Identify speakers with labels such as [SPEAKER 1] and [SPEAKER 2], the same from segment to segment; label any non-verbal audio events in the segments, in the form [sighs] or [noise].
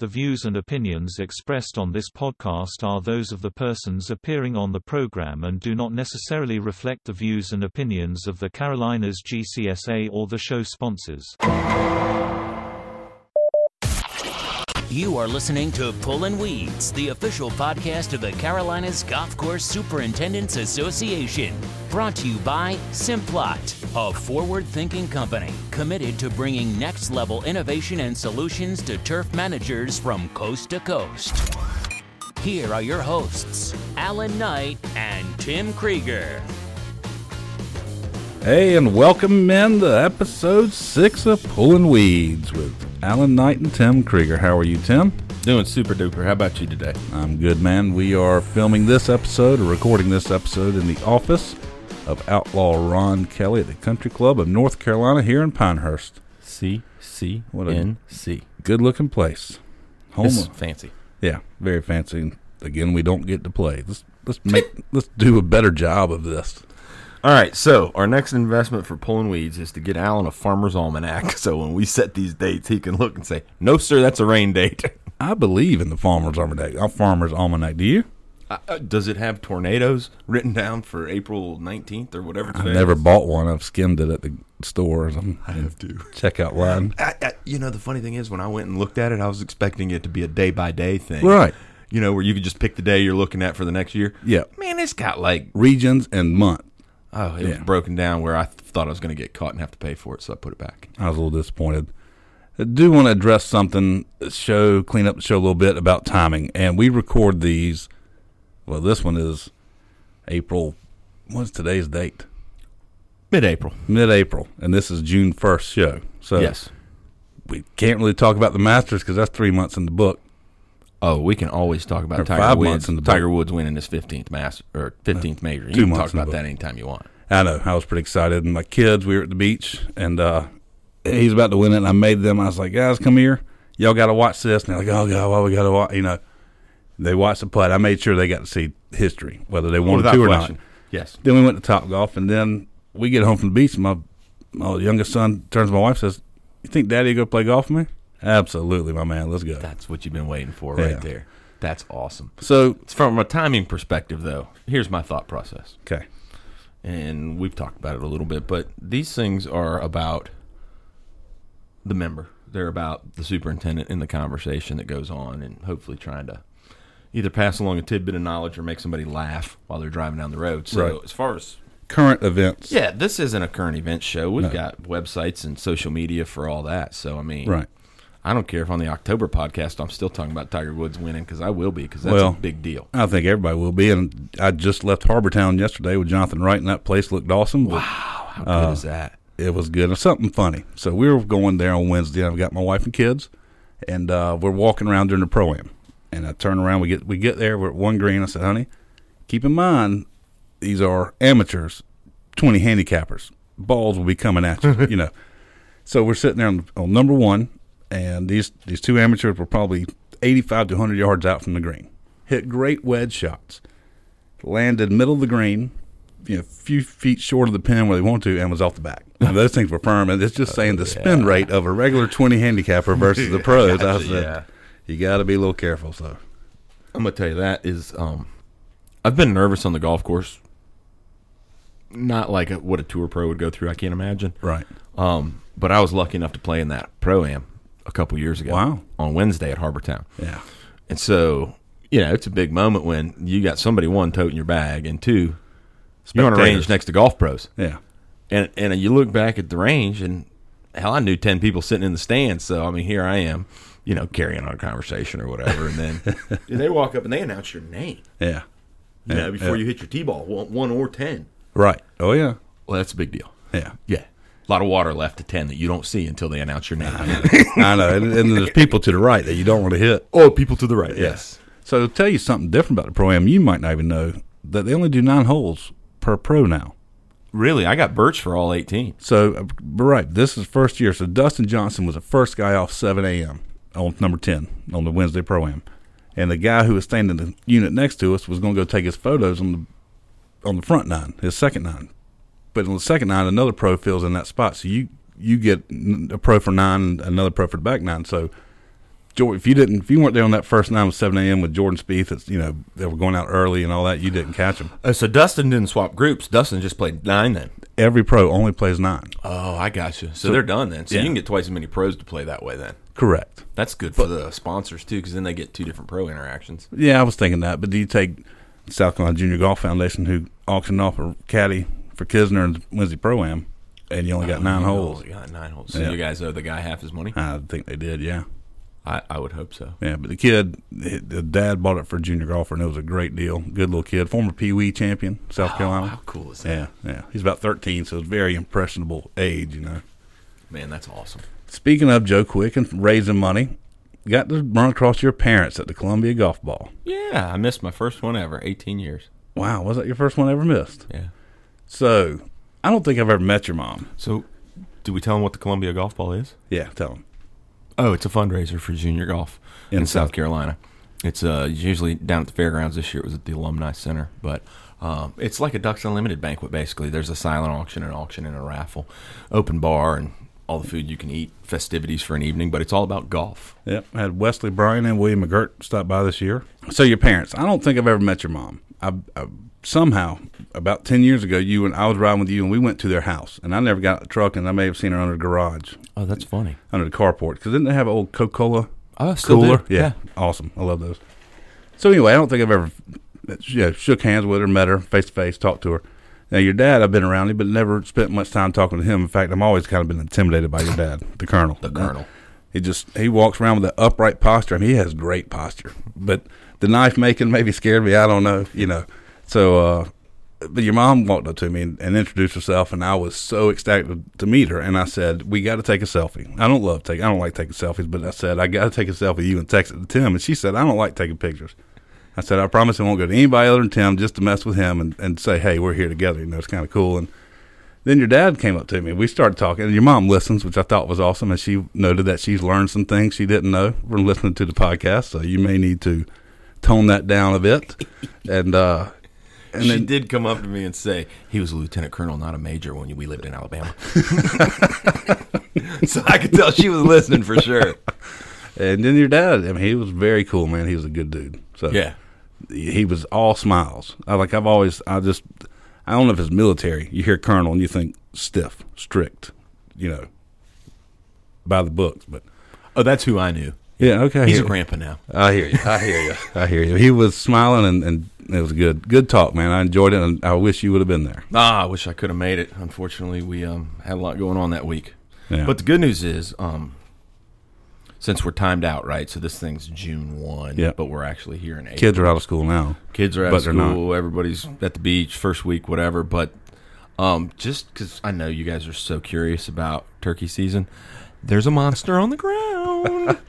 [SPEAKER 1] The views and opinions expressed on this podcast are those of the persons appearing on the program and do not necessarily reflect the views and opinions of the Carolinas GCSA or the show sponsors.
[SPEAKER 2] You are listening to Pullin' Weeds, the official podcast of the Carolinas Golf Course Superintendents Association. Brought to you by Simplot, a forward thinking company committed to bringing next level innovation and solutions to turf managers from coast to coast. Here are your hosts, Alan Knight and Tim Krieger.
[SPEAKER 3] Hey, and welcome in to episode six of Pulling Weeds with Alan Knight and Tim Krieger. How are you, Tim?
[SPEAKER 4] Doing super duper. How about you today?
[SPEAKER 3] I'm good, man. We are filming this episode or recording this episode in the office of outlaw Ron Kelly at the Country Club of North Carolina here in Pinehurst.
[SPEAKER 4] C C
[SPEAKER 3] What a-
[SPEAKER 4] N C.
[SPEAKER 3] Good looking place. Home.
[SPEAKER 4] This is
[SPEAKER 3] of-
[SPEAKER 4] fancy.
[SPEAKER 3] yeah, very fancy. And Again, we don't get to play. Let's let's
[SPEAKER 4] [laughs]
[SPEAKER 3] make let's do a better job of this.
[SPEAKER 4] All right, so our next investment for pulling weeds is to get Alan a farmer's almanac. [laughs] So when we set these dates, he can look and say, "No, sir, that's a rain date." [laughs]
[SPEAKER 3] I believe in the farmer's almanac. Our farmer's almanac. Do you?
[SPEAKER 4] Uh, uh, Does it have tornadoes written down for April nineteenth or whatever?
[SPEAKER 3] I
[SPEAKER 4] today
[SPEAKER 3] never
[SPEAKER 4] is?
[SPEAKER 3] bought one. I've skimmed it at the store. I have to checkout line.
[SPEAKER 4] I, I, you know, the funny thing is, when I went and looked at it, I was expecting it to be a day by day thing,
[SPEAKER 3] Right.
[SPEAKER 4] You know, where you could just pick the day you're looking at for the next year.
[SPEAKER 3] Yeah.
[SPEAKER 4] Man, it's got like
[SPEAKER 3] Regions and month.
[SPEAKER 4] oh, it was
[SPEAKER 3] Yeah.
[SPEAKER 4] broken down where I th- thought I was going to get caught and have to pay for it, so I put it back.
[SPEAKER 3] I was a little disappointed. I do want to address something, uh, show, clean up the show a little bit about timing. And we record these. Well, this one is April. What's today's date?
[SPEAKER 4] Mid-April.
[SPEAKER 3] Mid April. And this is June 1st show. So
[SPEAKER 4] yes.
[SPEAKER 3] we can't really talk about the Masters because that's three months in the book.
[SPEAKER 4] Oh, we can always talk
[SPEAKER 3] Or
[SPEAKER 4] about
[SPEAKER 3] five
[SPEAKER 4] Tiger
[SPEAKER 3] months
[SPEAKER 4] Woods.
[SPEAKER 3] in the Uh,
[SPEAKER 4] Tiger Woods winning his fifteenth master or fifteenth major. You
[SPEAKER 3] two
[SPEAKER 4] can
[SPEAKER 3] months
[SPEAKER 4] talk
[SPEAKER 3] in the
[SPEAKER 4] about
[SPEAKER 3] book.
[SPEAKER 4] that anytime you want.
[SPEAKER 3] I know. I was pretty excited. And my kids, we were at the beach, and uh, he's about to win it. And I made them. I was like, guys, come here. Y'all got to watch this. And they're like, oh, God, why we got to watch? You know, they watched the putt. I made sure they got to see history, whether they wanted to or not.
[SPEAKER 4] Yes.
[SPEAKER 3] Then we went to Top Golf, and then we get home from the beach. And my, my youngest son turns to my wife says, You think daddy will go play golf with me? Absolutely, my man. Let's go.
[SPEAKER 4] That's what you've been waiting for
[SPEAKER 3] Yeah.
[SPEAKER 4] right there. That's awesome.
[SPEAKER 3] So,
[SPEAKER 4] It's from a timing perspective though. Here's my thought process.
[SPEAKER 3] okay.
[SPEAKER 4] And we've talked about it a little bit, but these things are about the member. They're about the superintendent and the conversation that goes on and hopefully trying to either pass along a tidbit of knowledge or make somebody laugh while they're driving down the road. So
[SPEAKER 3] Right.
[SPEAKER 4] as far as
[SPEAKER 3] Current events.
[SPEAKER 4] Yeah, this isn't a current event show. We've got websites and social media for all that. So I mean,
[SPEAKER 3] Right.
[SPEAKER 4] I don't care if on the October podcast I'm still talking about Tiger Woods winning because I will be because that's
[SPEAKER 3] Well,
[SPEAKER 4] a big deal.
[SPEAKER 3] I think everybody will be. And I just left Harbortown yesterday with Jonathan Wright, and that place looked awesome. But
[SPEAKER 4] How good is that?
[SPEAKER 3] it was good. It's something funny. So we were going there on Wednesday. I've got my wife and kids, and uh, we're walking around during the pro am. And I turn around. We get we get there. We're at one green. I said, "Honey, keep in mind these are amateurs, twenty handicappers. Balls will be coming at you. you know." So we're sitting there on, on number one, and these these two amateurs were probably eighty-five to hundred yards out from the green. Hit great wedge shots, landed middle of the green, you know, a few feet short of the pin where they want to, and was off the back. Now, those things were firm, and
[SPEAKER 4] [laughs]
[SPEAKER 3] it's
[SPEAKER 4] Uh,
[SPEAKER 3] just saying the spin rate of a regular twenty handicapper versus the pros. I said,
[SPEAKER 4] yeah.
[SPEAKER 3] you got to be a little careful. So
[SPEAKER 4] I'm gonna tell you that is. Um, I've been nervous on the golf course. Not like a, what a tour pro would go through. I can't imagine.
[SPEAKER 3] right,
[SPEAKER 4] Um, but I was lucky enough to play in that pro am a couple years ago.
[SPEAKER 3] Wow.
[SPEAKER 4] On Wednesday at Harbortown.
[SPEAKER 3] yeah,
[SPEAKER 4] And so, you know, it's a big moment when you got somebody one toting your bag and two you're on a
[SPEAKER 3] Spectators.
[SPEAKER 4] range next to golf pros.
[SPEAKER 3] yeah,
[SPEAKER 4] And and you look back at the range and hell, I knew ten people sitting in the stands, so I mean here I am, you know, carrying on a conversation or whatever, and [laughs] then they walk up and they announce your name.
[SPEAKER 3] yeah,
[SPEAKER 4] You know, before
[SPEAKER 3] yeah.
[SPEAKER 4] you hit your T ball, one, one or ten.
[SPEAKER 3] right. Oh yeah,
[SPEAKER 4] Well, that's a big deal.
[SPEAKER 3] yeah.
[SPEAKER 4] [laughs] Yeah. A lot of water left to ten that you don't see until they announce your name. [laughs]
[SPEAKER 3] I know. And, and there's people to the right that you don't want to hit.
[SPEAKER 4] oh, people to the right. Yes.
[SPEAKER 3] So to tell you something different about the pro am, you might not even know that they only do nine holes per pro now.
[SPEAKER 4] Really, I got birch for all eighteen.
[SPEAKER 3] So uh, right, this is first year. So Dustin Johnson was the first guy off 7 a.m. on number 10 on the Wednesday pro am, and the guy who was standing in the unit next to us was going to go take his photos on the on the front nine, his second nine. But on the second nine, another pro fills in that spot. So you you get n- a pro for nine, and another pro for the back nine. So Jordan, if you didn't, if you weren't there on that first nine with seven a.m. with Jordan Spieth, it's you know they were going out early and all that. You didn't catch them.
[SPEAKER 4] Oh, so Dustin didn't swap groups. Dustin just played nine then.
[SPEAKER 3] Every pro only plays nine.
[SPEAKER 4] Oh, I got you. So, they're done then. So
[SPEAKER 3] yeah.
[SPEAKER 4] you can get twice as many pros to play that way then.
[SPEAKER 3] Correct.
[SPEAKER 4] That's good for the sponsors too, because then they get two different pro interactions.
[SPEAKER 3] Yeah, I was thinking that. But do you take South Carolina Junior Golf Foundation, who auctioned off a caddy for Kisner and Wednesday Pro Am, and you only got nine
[SPEAKER 4] Nine
[SPEAKER 3] holes?
[SPEAKER 4] You Oh, got nine holes. So
[SPEAKER 3] Yeah.
[SPEAKER 4] you guys owe the guy half his money.
[SPEAKER 3] I think they did. Yeah,
[SPEAKER 4] I, I would hope so.
[SPEAKER 3] yeah. But the kid, the dad bought it for a junior golfer, and it was a great deal. Good little kid, former Pee Wee champion, South Carolina.
[SPEAKER 4] Oh, How cool is that,
[SPEAKER 3] Yeah, yeah. He's about 13, so it's very impressionable age, you know.
[SPEAKER 4] man? That's awesome.
[SPEAKER 3] Speaking of Joe Quick and raising money, got to run across your parents at the Columbia Golf Ball.
[SPEAKER 4] Yeah, I missed my first one ever. Eighteen years.
[SPEAKER 3] Wow, was that your first one I ever missed?
[SPEAKER 4] Yeah.
[SPEAKER 3] So, I don't think I've ever met your mom.
[SPEAKER 4] So, do we tell him what the Columbia Golf Ball is?
[SPEAKER 3] Yeah, tell him.
[SPEAKER 4] Oh, it's a fundraiser for junior golf in,
[SPEAKER 3] In
[SPEAKER 4] South
[SPEAKER 3] South-
[SPEAKER 4] Carolina. It's uh, usually down at the fairgrounds. This year it was at the Alumni Center, but um, it's like a Ducks Unlimited banquet. Basically, there's a silent auction, an auction, and a raffle, open bar, and all the food you can eat, festivities for an evening. But it's all about golf.
[SPEAKER 3] Yep, I had Wesley Bryan and William McGirt stop by this year. So, your parents, I don't think I've ever met your mom. I, I somehow about 10 years ago, you and I was riding with you and we went to their house, and I never got out the truck, and I may have seen her under the garage,
[SPEAKER 4] Oh, that's funny.
[SPEAKER 3] under the carport, because didn't they have an old Coca Cola
[SPEAKER 4] Oh, still do.
[SPEAKER 3] cooler. Yeah. awesome. I love those. So anyway, I don't think I've ever yeah, shook hands with her, met her face to face, talked to her. Now your dad, I've been around him, but never spent much time talking to him. In fact, I'm always kind of been intimidated by your dad, the Colonel.
[SPEAKER 4] the Colonel.
[SPEAKER 3] He just he walks around with an upright posture. I mean, he has great posture, but the knife making maybe scared me. I don't know, you know. So, uh, but your mom walked up to me and, and introduced herself, and I was so ecstatic to, to meet her. And I said, "We got to take a selfie." I don't love taking, I don't like taking selfies, but I said, "I got to take a selfie with you and text it to Tim." And she said, "I don't like taking pictures." I said, "I promise I won't go to anybody other than Tim, just to mess with him and, and say, hey, we're here together.' You know, it's kind of cool." And then your dad came up to me. We started talking. And your mom listens, which I thought was awesome. And she noted that she's learned some things she didn't know from listening to the podcast. So you may need to tone that down a bit. And uh,
[SPEAKER 4] she did come up to me and say he was a lieutenant colonel, not a major, when we lived in [laughs] Alabama. so I could tell she was listening for [laughs] sure.
[SPEAKER 3] and then your dad, I mean, he was very cool, man. He was a good dude. So
[SPEAKER 4] Yeah.
[SPEAKER 3] he was all smiles. I like I've always I just I don't know if it's military. You hear colonel and you think stiff, strict, you know, by the books. But
[SPEAKER 4] Oh, that's who I knew.
[SPEAKER 3] yeah, okay,
[SPEAKER 4] He's a
[SPEAKER 3] Yeah.
[SPEAKER 4] grandpa now.
[SPEAKER 3] I hear you. I hear you. [laughs] I hear you. He was smiling, and, and it was good. Good talk, man. I enjoyed it, and I wish you would have been there.
[SPEAKER 4] Ah, I wish I could have made it. Unfortunately, we um, had a lot going on that week.
[SPEAKER 3] Yeah.
[SPEAKER 4] But the good news is, um, since we're timed out, right? So this thing's June one,
[SPEAKER 3] Yeah.
[SPEAKER 4] but we're actually here in April.
[SPEAKER 3] Kids are out of school now.
[SPEAKER 4] Kids are out
[SPEAKER 3] but
[SPEAKER 4] of
[SPEAKER 3] they're not.
[SPEAKER 4] school. Everybody's at the beach first week, whatever. But um, just because I know you guys are so curious about turkey season, there's a monster on
[SPEAKER 3] [laughs]
[SPEAKER 4] the ground. Got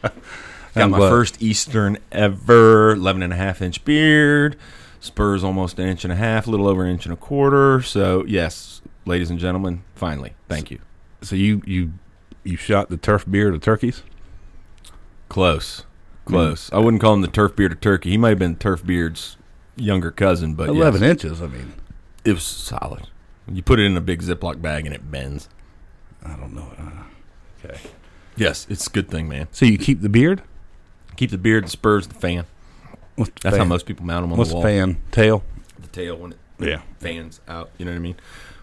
[SPEAKER 3] I'm
[SPEAKER 4] my
[SPEAKER 3] glad.
[SPEAKER 4] first Eastern ever, 11 and a half inch beard. Spurs almost an inch and a half, a little over an inch and a quarter. So, yes, ladies and gentlemen, finally, thank you.
[SPEAKER 3] So you you you shot the turf beer to turkeys?
[SPEAKER 4] Close. Close. I wouldn't call him the turf beard of turkey. He might have been turf beard's younger cousin, but yes.
[SPEAKER 3] Eleven inches. I mean,
[SPEAKER 4] It was solid. You put it in a big Ziploc bag and it bends.
[SPEAKER 3] I don't know. Uh, Okay.
[SPEAKER 4] Yes, it's a good thing, man.
[SPEAKER 3] So you keep the beard?
[SPEAKER 4] Keep the beard and spurs the fan.
[SPEAKER 3] What's the
[SPEAKER 4] That's how
[SPEAKER 3] fan?
[SPEAKER 4] most people mount them on
[SPEAKER 3] What's the
[SPEAKER 4] the wall.
[SPEAKER 3] fan tail?
[SPEAKER 4] The tail when it
[SPEAKER 3] Yeah.
[SPEAKER 4] fans out. You know what I mean?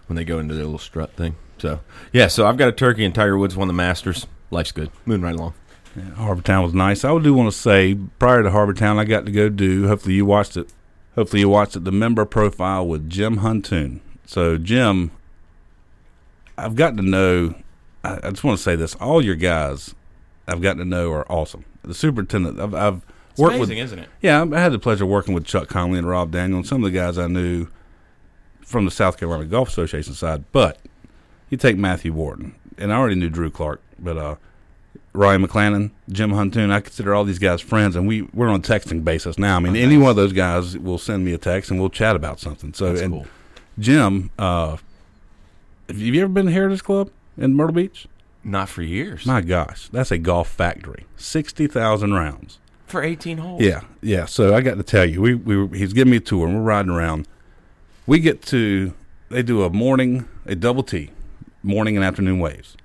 [SPEAKER 4] When they go into their little strut thing. So yeah, so I've got a turkey and Tiger Woods won the Masters. Life's good. Moving right along.
[SPEAKER 3] Harbor Town was nice. I do want to say prior to Harbor Town, I got to go do. Hopefully you watched it. Hopefully you watched it. The member profile with Jim Huntoon. So Jim, I've gotten to know. I I just want to say this: all your guys, I've gotten to know are awesome. The superintendent, I've, I've worked with.
[SPEAKER 4] isn't it?
[SPEAKER 3] Yeah, I had the pleasure of working with Chuck Conley and Rob Daniel and some of the guys I knew from the South Carolina Golf Association side. But you take Matthew Warden, and I already knew Drew Clark, but uh, Ryan McLannan, Jim Huntoon, I consider all these guys friends, and we, we're on a texting basis now. I mean, any one of those guys will send me a text and we'll chat about something. So,
[SPEAKER 4] That's
[SPEAKER 3] and
[SPEAKER 4] cool.
[SPEAKER 3] Jim, uh, have you ever been to Heritage Club in Myrtle Beach?
[SPEAKER 4] Not for years.
[SPEAKER 3] My gosh, that's a golf factory. 60,000 rounds.
[SPEAKER 4] for eighteen holes.
[SPEAKER 3] Yeah, yeah. So I got to tell you, we we were, he's giving me a tour, and we're riding around. We get to they do a morning, a double T, morning and afternoon waves.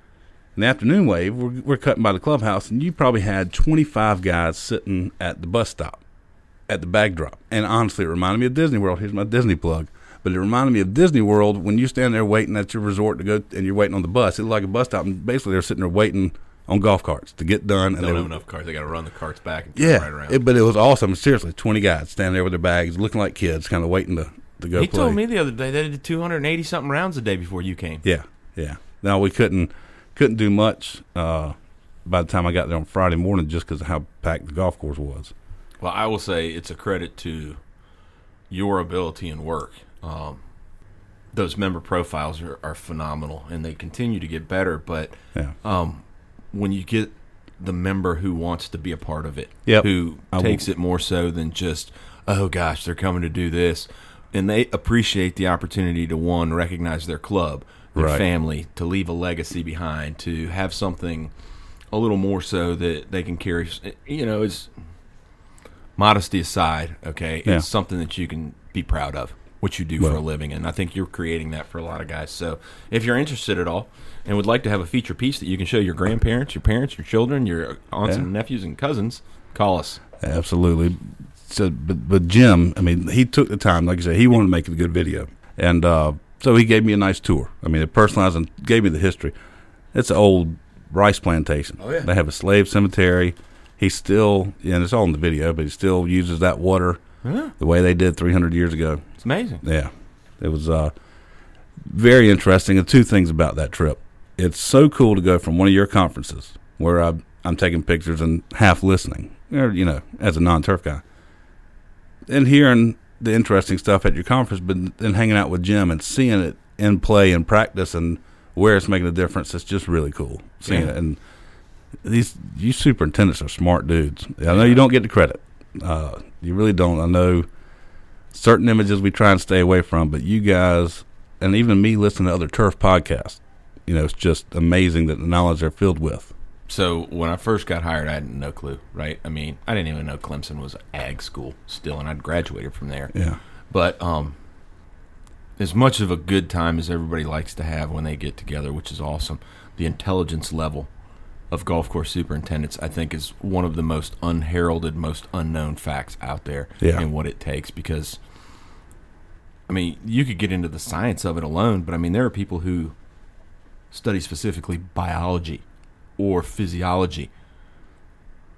[SPEAKER 3] In the afternoon wave, we're, we're cutting by the clubhouse, and you probably had 25 guys sitting at the bus stop, at the bag drop. And honestly, it reminded me of Disney World. Here's my Disney plug. But it reminded me of Disney World when you stand there waiting at your resort to go, and you're waiting on the bus. It's like a bus stop, and basically they're sitting there waiting on golf carts to get done. And
[SPEAKER 4] They don't
[SPEAKER 3] they
[SPEAKER 4] have enough carts. They got to run the carts back and turn
[SPEAKER 3] yeah,
[SPEAKER 4] right around.
[SPEAKER 3] it- but it was awesome. Seriously, 20 guys standing there with their bags, looking like kids, kind of waiting to, to go
[SPEAKER 4] he
[SPEAKER 3] play.
[SPEAKER 4] told me the other day they did 280 something rounds a day before you came.
[SPEAKER 3] Yeah, yeah. Now we couldn't couldn't do much uh, by the time I got there on Friday morning, just because of how packed the golf course was.
[SPEAKER 4] Well, I will say it's a credit to your ability and work. Um, those member profiles are, are phenomenal, and they continue to get better. But
[SPEAKER 3] Yeah,
[SPEAKER 4] um, when you get the member who wants to be a part of it,
[SPEAKER 3] Yep.
[SPEAKER 4] who
[SPEAKER 3] I will-
[SPEAKER 4] takes it more so than just, oh gosh, they're coming to do this, and they appreciate the opportunity to one recognize their club, their
[SPEAKER 3] Right.
[SPEAKER 4] family, to leave a legacy behind, to have something a little more so that they can carry. You know, it's modesty aside, okay,
[SPEAKER 3] Yeah.
[SPEAKER 4] it's something that you can be proud of, what you do for a living, and I think you're creating that for a lot of guys. So, if you're interested at all and would like to have a feature piece that you can show your grandparents, your parents, your children, your aunts
[SPEAKER 3] Yeah.
[SPEAKER 4] and nephews and cousins, call us.
[SPEAKER 3] absolutely. So, but, but Jim, I mean, he took the time. Like I said, he wanted to make it a good video, and uh, so he gave me a nice tour. I mean, it personalized and gave me the history. It's an old rice plantation.
[SPEAKER 4] Oh, yeah.
[SPEAKER 3] They have a slave cemetery. He still, and it's all in the video, but he still uses that water the way they did 300 years ago.
[SPEAKER 4] It's amazing.
[SPEAKER 3] Yeah, it was uh, very interesting. And two things about that trip: it's so cool to go from one of your conferences where I, I'm taking pictures and half listening, or you know, as a non-turf guy, and hearing the interesting stuff at your conference, but then hanging out with Jim and seeing it in play and practice and where it's making a difference. It's just really cool seeing
[SPEAKER 4] Yeah.
[SPEAKER 3] it and. These you superintendents are smart dudes. I know you don't get the credit. Uh, you really don't. I know certain images we try and stay away from, but you guys and even me listening to other turf podcasts, you know, it's just amazing that the knowledge they're filled with.
[SPEAKER 4] So when I first got hired, I had no clue, right? I mean, I didn't even know Clemson was ag school still, and I'd graduated from there.
[SPEAKER 3] Yeah.
[SPEAKER 4] But um, as much of a good time as everybody likes to have when they get together, which is awesome, the intelligence level of golf course superintendents, I think, is one of the most unheralded, most unknown facts out there,
[SPEAKER 3] Yeah.
[SPEAKER 4] and what it takes. Because, I mean, you could get into the science of it alone, but I mean, there are people who study specifically biology or physiology,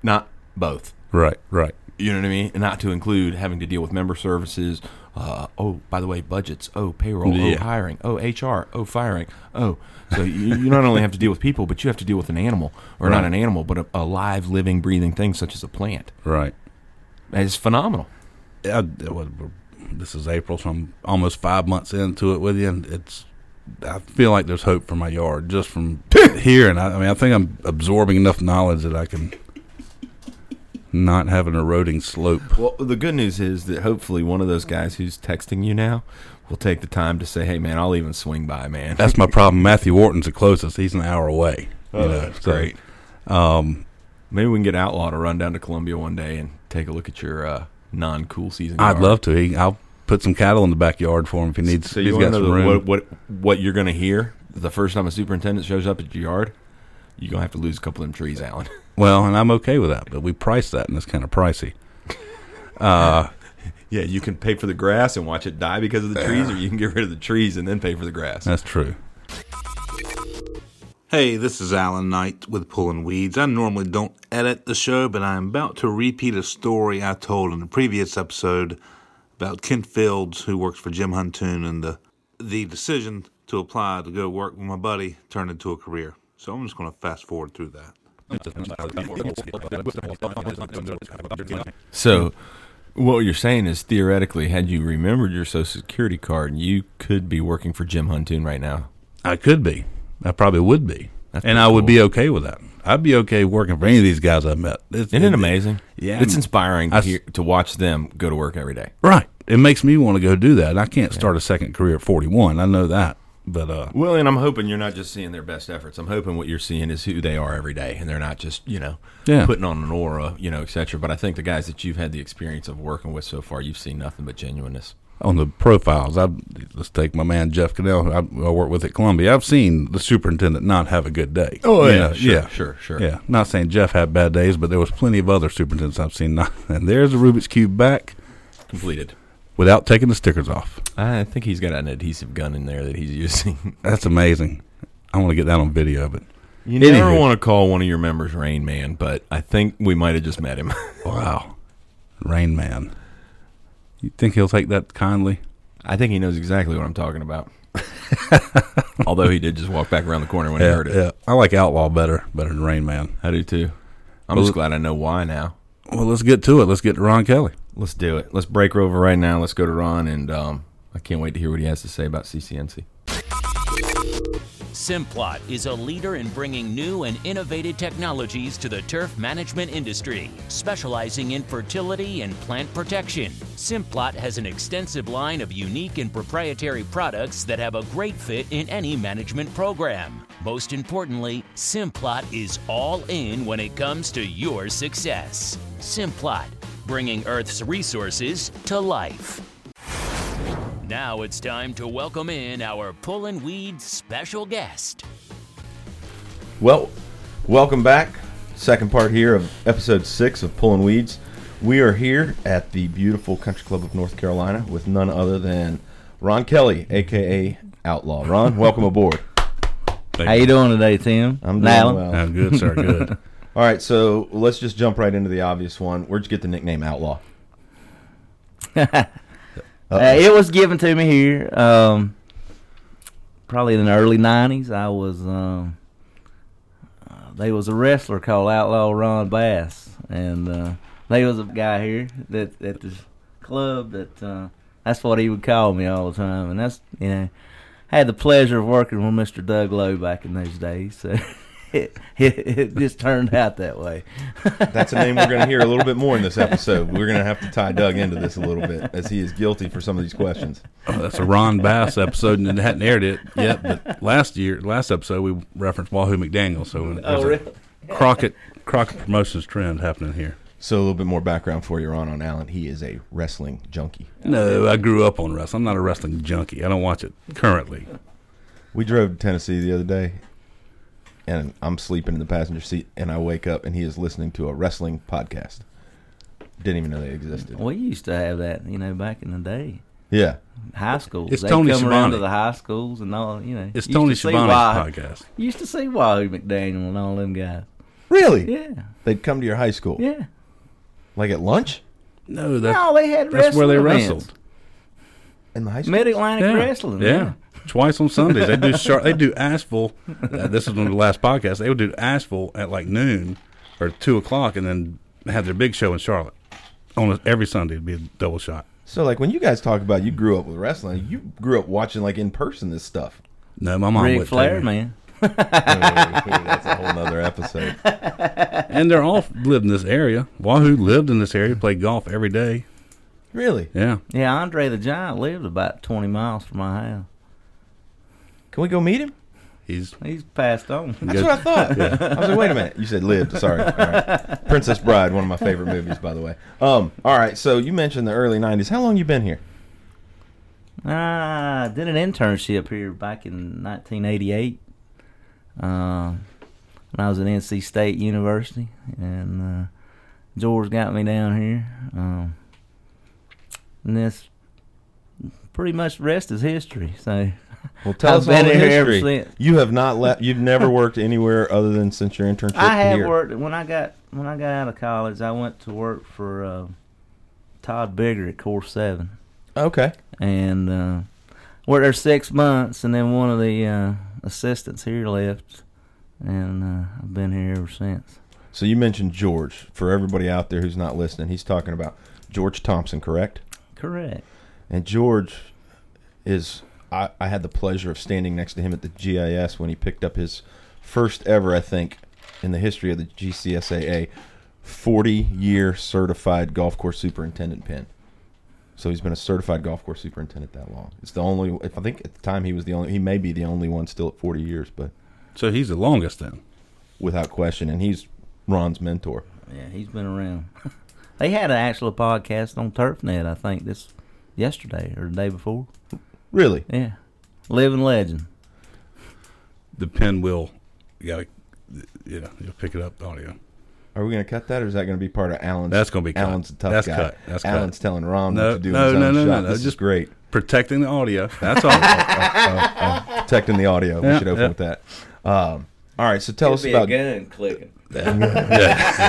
[SPEAKER 4] not both.
[SPEAKER 3] Right, right.
[SPEAKER 4] You know what I mean? And not to include having to deal with member services. Uh, oh, by the way, budgets. Oh, payroll.
[SPEAKER 3] Yeah.
[SPEAKER 4] Oh, hiring. Oh, HR. Oh, firing. Oh, so you, you not only have to deal with people, but you have to deal with an animal, or not
[SPEAKER 3] Right.
[SPEAKER 4] an animal, but a, a live, living, breathing thing such as a plant.
[SPEAKER 3] Right.
[SPEAKER 4] It's phenomenal.
[SPEAKER 3] Yeah, it was- this is April, so I'm almost five months into it with you, and it's. I feel like there's hope for my yard just from hearing. I, I mean, I think I'm absorbing enough knowledge that I can not have an eroding slope.
[SPEAKER 4] Well, the good news is that hopefully one of those guys who's texting you now will take the time to say, "Hey, man, I'll even swing by, man."
[SPEAKER 3] That's my problem. Matthew Wharton's the closest. He's an hour away. you know, so-
[SPEAKER 4] Um, Maybe we can get Outlaw to run down to Columbia one day and take a look at your uh, non-cool season.
[SPEAKER 3] I'd
[SPEAKER 4] yard.
[SPEAKER 3] love to. He, I'll put some cattle in the backyard for him if he needs.
[SPEAKER 4] So
[SPEAKER 3] if
[SPEAKER 4] you
[SPEAKER 3] he's
[SPEAKER 4] want
[SPEAKER 3] got
[SPEAKER 4] to
[SPEAKER 3] some
[SPEAKER 4] know
[SPEAKER 3] room.
[SPEAKER 4] what, what what you're going to hear the first time a superintendent shows up at your yard? You're going to have to lose a couple of them trees, [laughs] Alan.
[SPEAKER 3] well, and I'm okay with that, but we price that, and it's kind of pricey.
[SPEAKER 4] yeah, you can pay for the grass and watch it die because of the trees, or you can get rid of the trees and then pay for the grass.
[SPEAKER 3] That's true. Hey, this is Alan Knight with Pulling Weeds. I normally don't edit the show, but I am about to repeat a story I told in the previous episode about Ken Fields, who works for Jim Huntoon, and the the decision to apply to go work with my buddy turned into a career. So I'm just going to fast forward through that.
[SPEAKER 4] So, what you're saying is theoretically, had you remembered your social security card, you could be working for Jim Huntoon right now.
[SPEAKER 3] I could be. I probably would be.
[SPEAKER 4] That's
[SPEAKER 3] and
[SPEAKER 4] pretty
[SPEAKER 3] I would
[SPEAKER 4] cool.
[SPEAKER 3] be okay with that. I'd be okay working for any of these guys I've met. It's,
[SPEAKER 4] Isn't it amazing?
[SPEAKER 3] Yeah.
[SPEAKER 4] it's inspiring to,
[SPEAKER 3] I-
[SPEAKER 4] hear, to watch them go to work every day.
[SPEAKER 3] Right. It makes me want to go do that. And I can't start a second career at 41. I know that. But uh,
[SPEAKER 4] Well, and I'm hoping you're not just seeing their best efforts. I'm hoping what you're seeing is who they are every day, and they're not just you know
[SPEAKER 3] Yeah.
[SPEAKER 4] putting on an aura, you know, et cetera. But I think the guys that you've had the experience of working with so far, you've seen nothing but genuineness.
[SPEAKER 3] on the profiles. I let's take my man Jeff Cannell, who I, I work with at Columbia. I've seen the superintendent not have a good day.
[SPEAKER 4] Oh,
[SPEAKER 3] You
[SPEAKER 4] yeah,
[SPEAKER 3] know,
[SPEAKER 4] sure,
[SPEAKER 3] yeah,
[SPEAKER 4] sure, sure.
[SPEAKER 3] Yeah, not saying Jeff had bad days, but there was plenty of other superintendents I've seen not. [laughs] And there's the Rubik's cube back
[SPEAKER 4] completed.
[SPEAKER 3] without taking the stickers off.
[SPEAKER 4] I think he's got an adhesive gun in there that he's using.
[SPEAKER 3] That's amazing. I want to get that on video, but
[SPEAKER 4] [laughs] You never
[SPEAKER 3] Anywho.
[SPEAKER 4] want to call one of your members Rain Man, but I think we might have just met him. [laughs]
[SPEAKER 3] wow, Rain Man. You think he'll take that kindly?
[SPEAKER 4] I think he knows exactly what I'm talking about. [laughs] Although he did just walk back around the corner when he heard it.
[SPEAKER 3] I like Outlaw better, better than Rain Man.
[SPEAKER 4] I do too. I'm
[SPEAKER 3] Well,
[SPEAKER 4] just glad I know why now.
[SPEAKER 3] Well, let's get to it. Let's get to Ron Kelly.
[SPEAKER 4] Let's do it. Let's break her over right now. Let's go to Ron, and um, I can't wait to hear what he has to say about CCNC.
[SPEAKER 2] Simplot is a leader in bringing new and innovative technologies to the turf management industry, specializing in fertility and plant protection. Simplot has an extensive line of unique and proprietary products that have a great fit in any management program. Most importantly, Simplot is all in when it comes to your success. Simplot, bringing Earth's resources to life. Now it's time to welcome in our Pullin' Weeds special guest.
[SPEAKER 4] Well, welcome back. Second part here of episode six of Pulling Weeds. We are here at the beautiful Country Club of North Carolina with none other than Ron Kelly, aka Outlaw. Ron, [laughs] welcome aboard.
[SPEAKER 5] How you doing today, Tim?
[SPEAKER 4] I'm doing
[SPEAKER 5] Nylon?
[SPEAKER 4] well.
[SPEAKER 3] Oh, good, sir. [laughs] Good.
[SPEAKER 4] All right, so let's just jump right into the obvious one. Where'd you get the nickname Outlaw?
[SPEAKER 5] Uh, it was given to me here, um, probably in the early '90s. I was um, uh, they was a wrestler called Outlaw Ron Bass, and uh, they was a guy here that at the club that uh, that's what he would call me all the time, and that's you know I had the pleasure of working with Mr. Doug Lowe back in those days, so. [laughs] It, it, it just turned out that way.
[SPEAKER 4] That's a name we're going to hear a little bit more in this episode. We're going to have to tie Doug into this a little bit as he is guilty for some of these questions.
[SPEAKER 3] Oh, that's a Ron Bass episode, and it hadn't aired it yet. [laughs] But last year, last episode, we referenced Wahoo McDaniel. So
[SPEAKER 5] Oh,
[SPEAKER 3] there's a Crockett Crockett Promotions trend happening here.
[SPEAKER 4] So a little bit more background for you, Ron, on Allen. He is a wrestling junkie.
[SPEAKER 5] Oh,
[SPEAKER 3] No, I grew up on wrestling. I'm not a wrestling junkie. I don't watch it currently.
[SPEAKER 4] We drove to Tennessee the other day, and I'm sleeping in the passenger seat, and I wake up and he is listening to a wrestling podcast. Didn't even know they existed.
[SPEAKER 5] We used to have that, you know, back in the day.
[SPEAKER 4] Yeah,
[SPEAKER 5] high schools.
[SPEAKER 3] It's
[SPEAKER 5] they
[SPEAKER 3] Tony
[SPEAKER 5] come around to
[SPEAKER 3] Schiavone.
[SPEAKER 5] the high schools and all, you know.
[SPEAKER 3] It's
[SPEAKER 5] used
[SPEAKER 3] Tony
[SPEAKER 5] to see
[SPEAKER 3] Schiavone's
[SPEAKER 5] Wahoo-
[SPEAKER 3] podcast.
[SPEAKER 5] Used to see Wahoo McDaniel and all them guys.
[SPEAKER 4] really?
[SPEAKER 5] Yeah,
[SPEAKER 4] They'd come to your high school,
[SPEAKER 5] yeah.
[SPEAKER 4] like at lunch
[SPEAKER 3] No, that,
[SPEAKER 5] No, they had
[SPEAKER 3] that's where they
[SPEAKER 5] wrestling
[SPEAKER 3] wrestled.
[SPEAKER 4] in the high school.
[SPEAKER 5] Mid Atlantic
[SPEAKER 3] Yeah.
[SPEAKER 5] wrestling.
[SPEAKER 3] yeah. Twice on Sundays they
[SPEAKER 5] [laughs]
[SPEAKER 3] do Char- they do Asheville. Uh, this is on the last podcast. They would do Asheville at like noon or two o'clock, and then have their big show in Charlotte on a, every Sunday. It'd be a double shot.
[SPEAKER 4] So, like when you guys talk about you grew up with wrestling, you grew up watching like in person this
[SPEAKER 5] [laughs]
[SPEAKER 4] stuff.
[SPEAKER 3] No, my mom
[SPEAKER 5] Ric
[SPEAKER 3] would
[SPEAKER 5] Flair,
[SPEAKER 3] take me.
[SPEAKER 5] man.
[SPEAKER 4] That's a whole nother episode.
[SPEAKER 3] and they're all lived in this area. Wahoo lived in this area, played golf every day.
[SPEAKER 4] Really?
[SPEAKER 3] Yeah,
[SPEAKER 5] Yeah, Andre the Giant lived about twenty miles from my house.
[SPEAKER 4] Can we go meet him?
[SPEAKER 3] he's
[SPEAKER 5] He's passed
[SPEAKER 3] [laughs]
[SPEAKER 5] on.
[SPEAKER 4] That's what I thought. I was like, wait a minute. You said lived. Sorry. All right. Princess Bride, one of my favorite movies, by the way. Um. All right. So you mentioned the early '90s. How long you been here?
[SPEAKER 5] Ah, I did an internship here back in 1988. Um, when I was at NC State University, and uh, George got me down here. Um, and this pretty much the rest is history. So
[SPEAKER 4] Well, tell
[SPEAKER 5] I've
[SPEAKER 4] us all
[SPEAKER 5] been
[SPEAKER 4] the
[SPEAKER 5] here ever
[SPEAKER 4] history.
[SPEAKER 5] since.
[SPEAKER 4] You have not left. You've never worked anywhere other than since your internship.
[SPEAKER 5] I have
[SPEAKER 4] here.
[SPEAKER 5] worked when I got when I got out of college. I went to work for uh, Todd Bigger at Core Seven.
[SPEAKER 4] Okay.
[SPEAKER 5] and uh, worked there six months, and then one of the uh, assistants here left, and uh, I've been here ever since.
[SPEAKER 4] So you mentioned George. For everybody out there who's not listening, he's talking about George Thompson, correct?
[SPEAKER 5] Correct.
[SPEAKER 4] And George is. I, I had the pleasure of standing next to him at the GIS when he picked up his first ever, I think, in the history of the GCSAA, 40 year certified golf course superintendent pin. So he's been a certified golf course superintendent that long. It's the only, if I think at the time he was the only, he may be the only one still at 40 years, but
[SPEAKER 3] so he's the longest then.
[SPEAKER 4] without question. And he's Ron's mentor.
[SPEAKER 5] [laughs] Yeah, he's been around. they had an actual podcast on TurfNet, I think, this yesterday or the day before.
[SPEAKER 4] Really?
[SPEAKER 5] Yeah, living legend.
[SPEAKER 3] The pen will, you gotta, yeah, you'll pick it up the audio.
[SPEAKER 4] Are we going to cut that, or is that going to be part of Alan's?
[SPEAKER 3] That's gonna be cut.
[SPEAKER 4] Alan's a tough
[SPEAKER 3] That's
[SPEAKER 4] guy.
[SPEAKER 3] cut. That's cut.
[SPEAKER 4] Alan's telling Ron
[SPEAKER 3] No,
[SPEAKER 4] what to do.
[SPEAKER 3] no,
[SPEAKER 4] in his
[SPEAKER 3] no,
[SPEAKER 4] own
[SPEAKER 3] no, no,
[SPEAKER 4] shot.
[SPEAKER 3] no,
[SPEAKER 4] This is
[SPEAKER 3] just-
[SPEAKER 4] great.
[SPEAKER 3] Protecting the audio. That's
[SPEAKER 5] [laughs]
[SPEAKER 3] all.
[SPEAKER 4] Protecting the audio. we
[SPEAKER 3] Yeah,
[SPEAKER 4] should open
[SPEAKER 3] yeah.
[SPEAKER 4] with that. Um, all right. So tell us about [laughs]
[SPEAKER 5] gun clicking.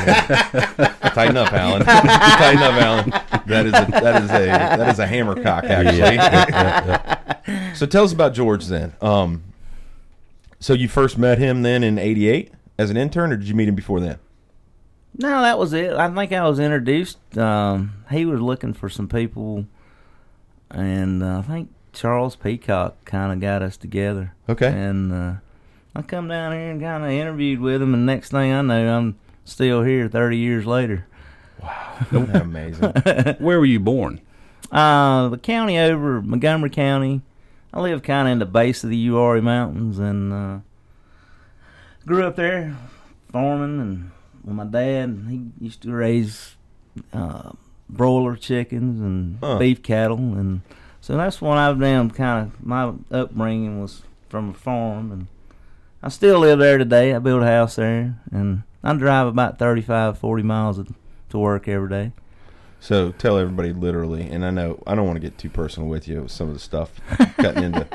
[SPEAKER 4] tighten up,
[SPEAKER 3] [laughs]
[SPEAKER 4] Alan. tighten up, Alan. That is a, that is a that is a hammer cock actually. So tell us about George then. Um, so you first met him then in '88 as an intern, or did you meet him before then?
[SPEAKER 5] No, that was it. I think I was introduced. Um, he was looking for some people, and uh, I think Charles Peacock kind of got us together.
[SPEAKER 4] Okay.
[SPEAKER 5] And uh, I come down here and kind of interviewed with him, and next thing I know, I'm still here 30 years later.
[SPEAKER 4] Amazing.
[SPEAKER 3] Where were you born?
[SPEAKER 5] Uh, the county over Montgomery County. I live kind of in the base of the Uari Mountains, and uh, grew up there farming. And with my dad, he used to raise uh, broiler chickens and
[SPEAKER 4] Huh.
[SPEAKER 5] beef cattle, and so that's what I've done. Kind of my upbringing was from a farm, and I still live there today. I built a house there, and I drive about 35, 40 miles to work every day.
[SPEAKER 4] So tell everybody literally, and I know I don't want to get too personal with you with some of the stuff cutting
[SPEAKER 5] [laughs]
[SPEAKER 4] into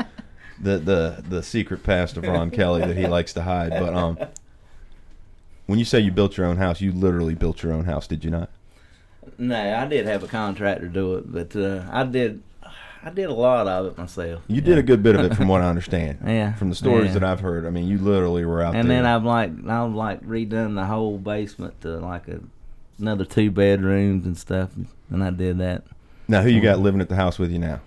[SPEAKER 4] the the the secret past of Ron Kelly that
[SPEAKER 5] [laughs]
[SPEAKER 4] he likes to hide. But um, when you say you built your own house, you literally built your own house, did you not?
[SPEAKER 5] No, I did have a contractor do it, but uh, I did, I did a lot of it myself.
[SPEAKER 4] You did a good bit of it, from what
[SPEAKER 5] [laughs]
[SPEAKER 4] I understand.
[SPEAKER 5] Yeah,
[SPEAKER 4] From the stories
[SPEAKER 5] yeah.
[SPEAKER 4] that I've heard, I mean, you literally were out
[SPEAKER 5] And
[SPEAKER 4] there.
[SPEAKER 5] then I've like, I've like redone the whole basement to like a, another two bedrooms and stuff, and I did that.
[SPEAKER 4] now, who you got living at the house with you now?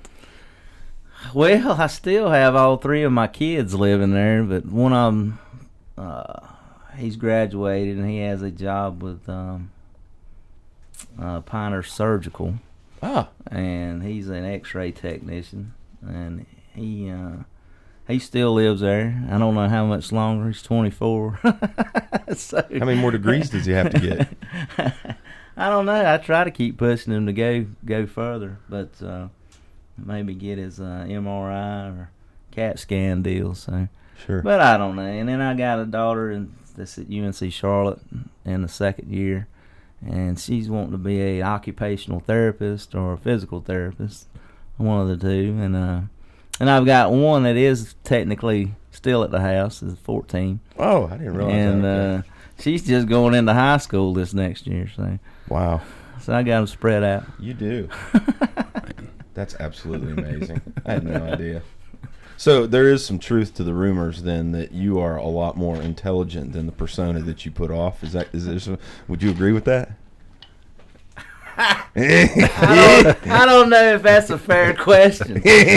[SPEAKER 5] Well, I still have all three of my kids living there, but one of them, uh, he's graduated and he has a job with um, uh, Pioneer Surgical.
[SPEAKER 4] Ah,
[SPEAKER 5] and he's an X-ray technician, and he uh, he still lives there. I don't know how much longer. He's 24. [laughs] so
[SPEAKER 4] how many more degrees does he have to
[SPEAKER 5] [laughs]
[SPEAKER 4] get?
[SPEAKER 5] I don't know. I try to keep pushing him to go go further, but uh, maybe get his uh, MRI or CAT scan deal. So,
[SPEAKER 4] Sure.
[SPEAKER 5] but I don't know. And then I got a daughter in, that's at UNC Charlotte in the second year. And she's wanting to be a occupational therapist or a physical therapist, one of the two. And uh, and I've got one that is technically still at the house, is 14,
[SPEAKER 4] oh, I didn't realize
[SPEAKER 5] and
[SPEAKER 4] that.
[SPEAKER 5] uh, she's just going into high school this next year. So
[SPEAKER 4] wow.
[SPEAKER 5] so I got them spread out.
[SPEAKER 4] You do. That's absolutely amazing. I had no idea. So there is some truth to the rumors then that you are a lot more intelligent than the persona that you put off. Is that is there some, would you agree with that?
[SPEAKER 5] I don't, I don't know if that's a [laughs] fair question.
[SPEAKER 4] we're,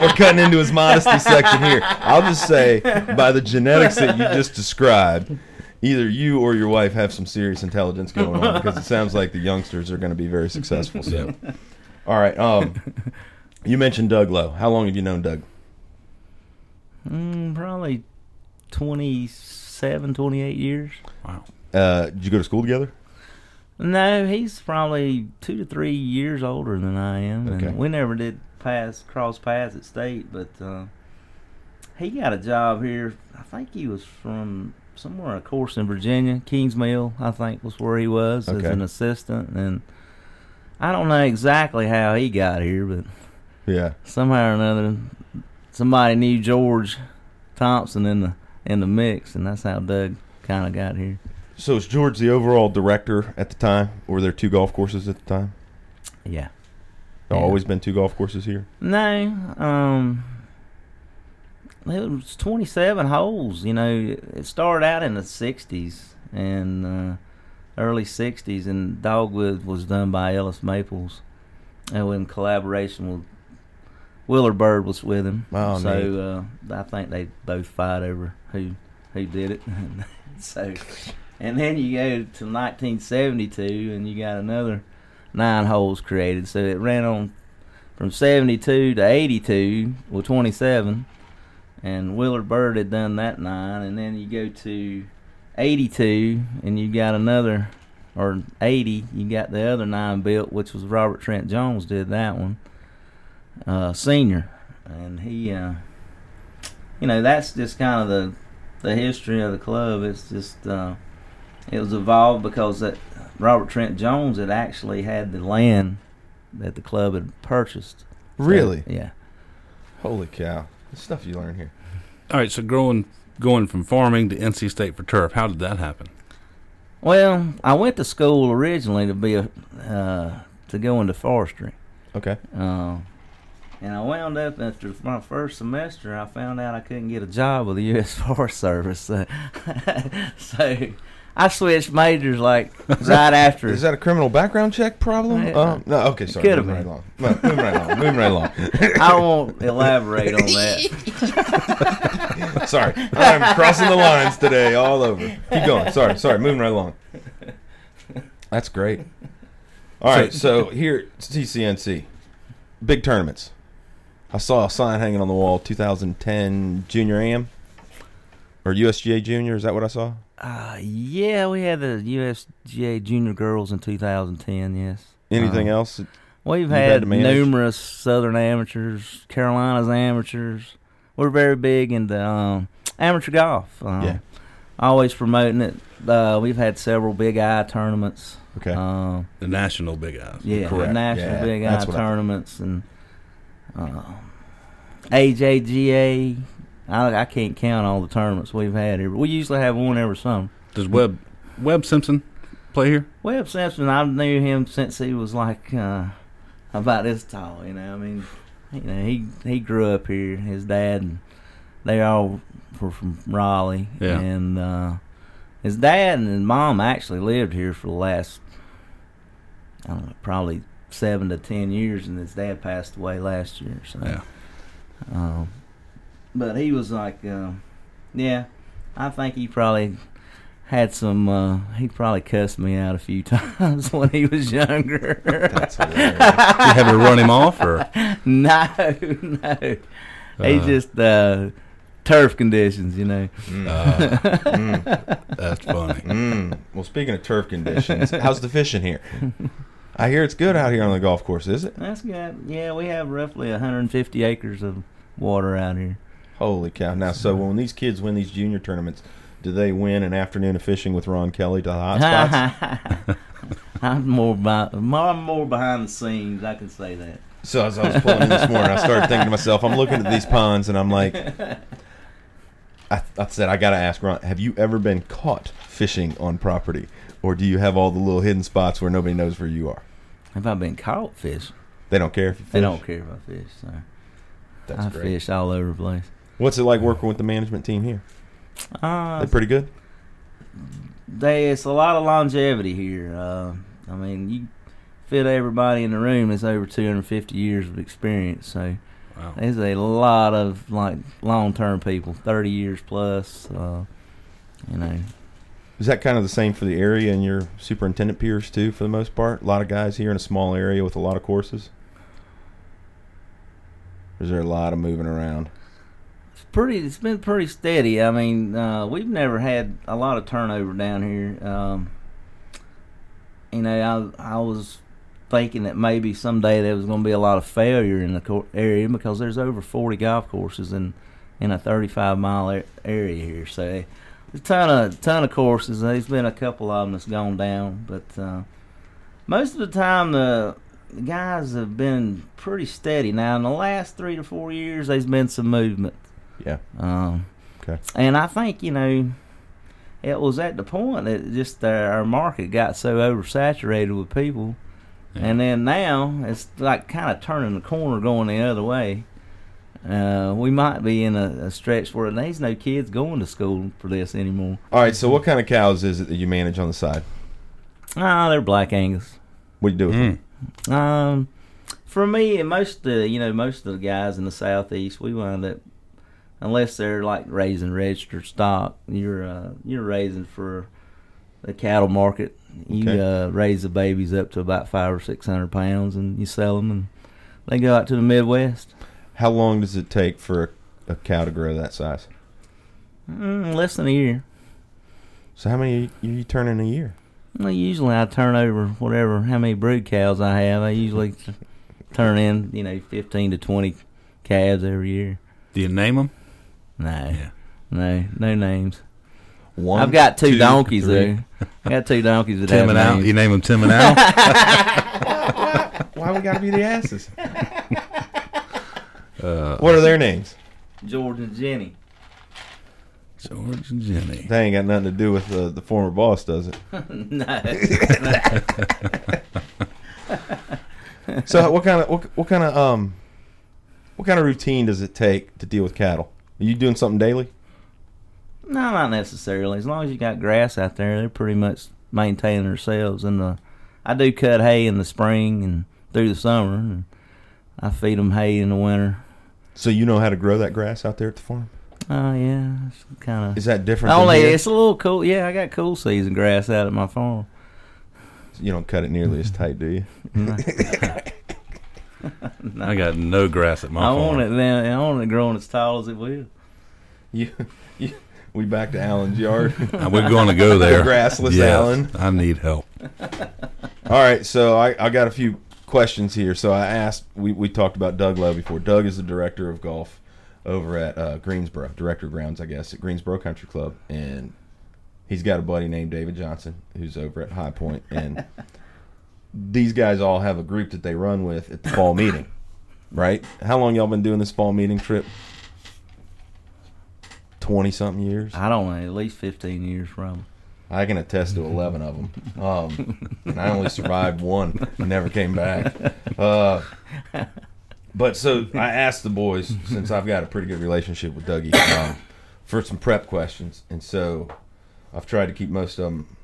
[SPEAKER 4] we're cutting into his modesty section here. I'll just say, by the genetics that you just described, either you or your wife have some serious intelligence going on because it sounds like the youngsters are going to be very successful. So, all right. Um, you mentioned Doug Lowe. How long have you known Doug?
[SPEAKER 5] Mm, probably 27, 28 years.
[SPEAKER 3] Wow.
[SPEAKER 4] Uh, did you go to school together?
[SPEAKER 5] No, he's probably two to three years older than I am.
[SPEAKER 4] Okay.
[SPEAKER 5] And we never did pass cross paths at state, but uh, he got a job here. I think he was from somewhere, of course, in Virginia, Kings Mill. I think was where he was as
[SPEAKER 4] Okay.
[SPEAKER 5] an assistant, and I don't know exactly how he got here, but
[SPEAKER 4] Yeah.
[SPEAKER 5] somehow or another, somebody knew George Thompson in the in the mix, and that's how Doug kind of got here.
[SPEAKER 4] So is George the overall director at the time? Or Were there two golf courses at the time?
[SPEAKER 5] Yeah.
[SPEAKER 4] There
[SPEAKER 5] Yeah.
[SPEAKER 4] always been two golf courses here.
[SPEAKER 5] No, um, it was 27 holes. You know, it started out in the 60s and uh, early 60s, and Dogwood was done by Ellis Maples, and in collaboration with Willard Bird was with him.
[SPEAKER 4] Oh,
[SPEAKER 5] so uh, I think they both fight over who who did it. [laughs] so, and then you go to 1972, and you got another nine holes created. So it ran on from 72 to 82 well 27 and willard bird had done that nine and then you go to 82 and you got another or 80, you got the other nine built, which was Robert Trent Jones did that one, uh, senior, and he, uh, you know, that's just kind of the the history of the club. It's just uh, it was evolved because that Robert Trent Jones had actually had the land that the club had purchased. So,
[SPEAKER 4] Really?
[SPEAKER 5] yeah.
[SPEAKER 4] Holy cow! The stuff you learn here.
[SPEAKER 3] All right, so growing going from farming to NC State for turf, how did that happen?
[SPEAKER 5] Well, I went to school originally to be a uh, to go into forestry.
[SPEAKER 4] Okay.
[SPEAKER 5] Uh, and I wound up after my first semester, I found out I couldn't get a job with the U.S. [laughs] Forest Service. So, so I switched majors like right after.
[SPEAKER 4] Is that a criminal background check problem?
[SPEAKER 5] Yeah.
[SPEAKER 4] Um, no. Okay. Sorry.
[SPEAKER 5] could've
[SPEAKER 4] moving right
[SPEAKER 5] been.
[SPEAKER 4] along. Well, moving right along. Moving right along.
[SPEAKER 5] I won't elaborate on that.
[SPEAKER 4] Sorry, I'm crossing the lines today, all over. Keep going. Sorry, sorry. Moving right along. That's great. All right, so here TCNC, big tournaments. I saw a sign hanging on the wall, 2010 Junior AM or USGA Junior. Is that what I saw?
[SPEAKER 5] Uh, yeah, we had the USGA Junior Girls in 2010. Yes.
[SPEAKER 4] Anything
[SPEAKER 5] Uh,
[SPEAKER 4] else?
[SPEAKER 5] We've
[SPEAKER 4] you've had
[SPEAKER 5] had,
[SPEAKER 4] to manage?
[SPEAKER 5] numerous Southern amateurs, Carolinas amateurs. We're very big into um, amateur golf. Um,
[SPEAKER 4] Yeah.
[SPEAKER 5] Always promoting it. Uh, we've had several Big Eye tournaments.
[SPEAKER 4] Okay.
[SPEAKER 5] Um,
[SPEAKER 3] The National Big Eyes.
[SPEAKER 5] yeah,
[SPEAKER 4] Correct.
[SPEAKER 5] national
[SPEAKER 4] Yeah,
[SPEAKER 5] Big Eye
[SPEAKER 4] that's what I-
[SPEAKER 5] tournaments and um, AJGA. I, I can't count all the tournaments we've had here. but We usually have one every summer.
[SPEAKER 3] Does Webb Webb Simpson play here?
[SPEAKER 5] Webb Simpson, I knew him since he was like uh, about this tall. You know, I mean, you know, he he grew up here. His dad, and they all were from Raleigh,
[SPEAKER 3] Yeah.
[SPEAKER 5] and uh, his dad and his mom actually lived here for the last, I don't know, probably seven to ten years, and his dad passed away last year. So,
[SPEAKER 3] Yeah.
[SPEAKER 5] um, but he was like, uh, yeah, I think he probably had some. Uh, he probably cussed me out a few [laughs] times when he was younger. [laughs]
[SPEAKER 4] That's hilarious.
[SPEAKER 3] You have to run him off, or
[SPEAKER 5] no, no, he
[SPEAKER 3] Uh.
[SPEAKER 5] just uh, turf conditions, you know.
[SPEAKER 3] uh, that's funny.
[SPEAKER 4] mm. Well, speaking of turf conditions, how's the fishing here? I hear it's good out here on the golf course. Is it?
[SPEAKER 5] That's good. Yeah, we have roughly 150 acres of water out here.
[SPEAKER 4] Holy cow! Now, so when these kids win these junior tournaments, do they win an afternoon of fishing with Ron Kelly to the hot
[SPEAKER 5] [laughs]
[SPEAKER 4] spots?
[SPEAKER 5] I'm more by, I'm more behind the scenes. I can say that.
[SPEAKER 4] so as I was pulling in this morning, I started thinking to myself, I'm looking at these ponds, and I'm like, I, I said, I gotta ask Ron, have you ever been caught fishing on property, or do you have all the little hidden spots where nobody knows where you are?
[SPEAKER 5] Have I been caught fishing?
[SPEAKER 4] They don't care if you fish.
[SPEAKER 5] They don't care if I fish. So
[SPEAKER 4] That's
[SPEAKER 5] I
[SPEAKER 4] great.
[SPEAKER 5] fish all over the place.
[SPEAKER 4] What's it like working with the management team here?
[SPEAKER 5] Uh,
[SPEAKER 4] They're pretty good.
[SPEAKER 5] they it's a lot of longevity here. Uh, I mean, you fit everybody in the room is over 250 years of experience. So
[SPEAKER 3] Wow.
[SPEAKER 5] there's a lot of like long-term people, 30 years plus. Uh, you know,
[SPEAKER 4] Is that kind of the same for the area and your superintendent peers too, for the most part? A lot of guys here in a small area with a lot of courses. Is there a lot of moving around?
[SPEAKER 5] it's pretty. It's been pretty steady. I mean, uh, we've never had a lot of turnover down here. Um, you know, I I was thinking that maybe someday there was going to be a lot of failure in the cor- area because there's over 40 golf courses in in a 35 mile a- area here. So there's a ton of ton of courses. There's been a couple of them that's gone down, but uh, most of the time the the guys have been pretty steady. Now in the last three to four years, there's been some movement.
[SPEAKER 4] Yeah.
[SPEAKER 5] Um,
[SPEAKER 4] Okay.
[SPEAKER 5] And I think you know, it was at the point that just our, our market got so oversaturated with people, and then now it's like kind of turning the corner, going the other way. Uh, we might be in a, a stretch where there's no kids going to school for this anymore.
[SPEAKER 4] All right. So, what kind of cows is it that you manage on the side?
[SPEAKER 5] Ah, they're black Angus.
[SPEAKER 4] What do you do? With them?
[SPEAKER 3] Mm.
[SPEAKER 5] Um, for me, and most of the you know most of the guys in the southeast, we wind up unless they're like raising registered stock, you're uh, you're raising for the cattle market. You
[SPEAKER 4] Okay.
[SPEAKER 5] uh, raise the babies up to about five or six hundred pounds, and you sell them, and they go out to the Midwest.
[SPEAKER 4] How long does it take for a, a cow to grow that size?
[SPEAKER 5] Mm, less than a year.
[SPEAKER 4] So, how many are you turning a year?
[SPEAKER 5] Well, usually I turn over whatever how many brood cows I have. I usually t- turn in you know fifteen to twenty calves every year.
[SPEAKER 3] Do you name them?
[SPEAKER 5] No,
[SPEAKER 3] Yeah.
[SPEAKER 5] no, no names.
[SPEAKER 4] One,
[SPEAKER 5] I've got two,
[SPEAKER 4] two,
[SPEAKER 5] donkeys
[SPEAKER 4] three.
[SPEAKER 5] though. I got two donkeys that
[SPEAKER 3] Tim
[SPEAKER 5] have
[SPEAKER 3] and Al.
[SPEAKER 5] names.
[SPEAKER 3] You name them Tim and Al.
[SPEAKER 4] Why we gotta be the asses? what are their names?
[SPEAKER 5] Jordan and Jenny. [laughs]
[SPEAKER 3] George and Jenny.
[SPEAKER 4] That ain't got nothing to do with the, the former boss, does it?
[SPEAKER 5] No,
[SPEAKER 4] So what kind of what, what kind of um what kind of routine does it take to deal with cattle? Are you doing something daily?
[SPEAKER 5] no, not necessarily. As long as you got grass out there, they're pretty much maintaining themselves. And the, I do cut hay in the spring and through the summer. And I feed them hay in the winter.
[SPEAKER 4] So you know how to grow that grass out there at the farm?
[SPEAKER 5] Oh yeah, it's kind of
[SPEAKER 4] Is that different?
[SPEAKER 5] Only
[SPEAKER 4] than here?
[SPEAKER 5] it's a little cool. Yeah, I got cool season grass out at my farm.
[SPEAKER 4] you don't cut it nearly as tight, do you?
[SPEAKER 3] I got no grass at my
[SPEAKER 5] I
[SPEAKER 3] farm.
[SPEAKER 5] want it then. I want it growing as tall as it will.
[SPEAKER 4] You, you we back to Allen's yard.
[SPEAKER 3] And We're going to go there.
[SPEAKER 4] [laughs] Grassless Allen.
[SPEAKER 3] I need help.
[SPEAKER 4] All right, so I, I got a few questions here. So I asked, we, we talked about Doug Lowe before. Doug is the director of golf over at uh, Greensboro, director of grounds, I guess, at Greensboro Country Club. And he's got a buddy named David Johnson who's over at High Point. And these guys all have a group that they run with at the fall meeting, right? How long y'all been doing this fall meeting trip? 20 something years?
[SPEAKER 5] I don't know, at least fifteen years from.
[SPEAKER 4] I can attest to 11 of them. Um, and I only survived one and never came back. Uh, but so I asked the boys, since I've got a pretty good relationship with Dougie, um, for some prep questions. And so I've tried to keep most of them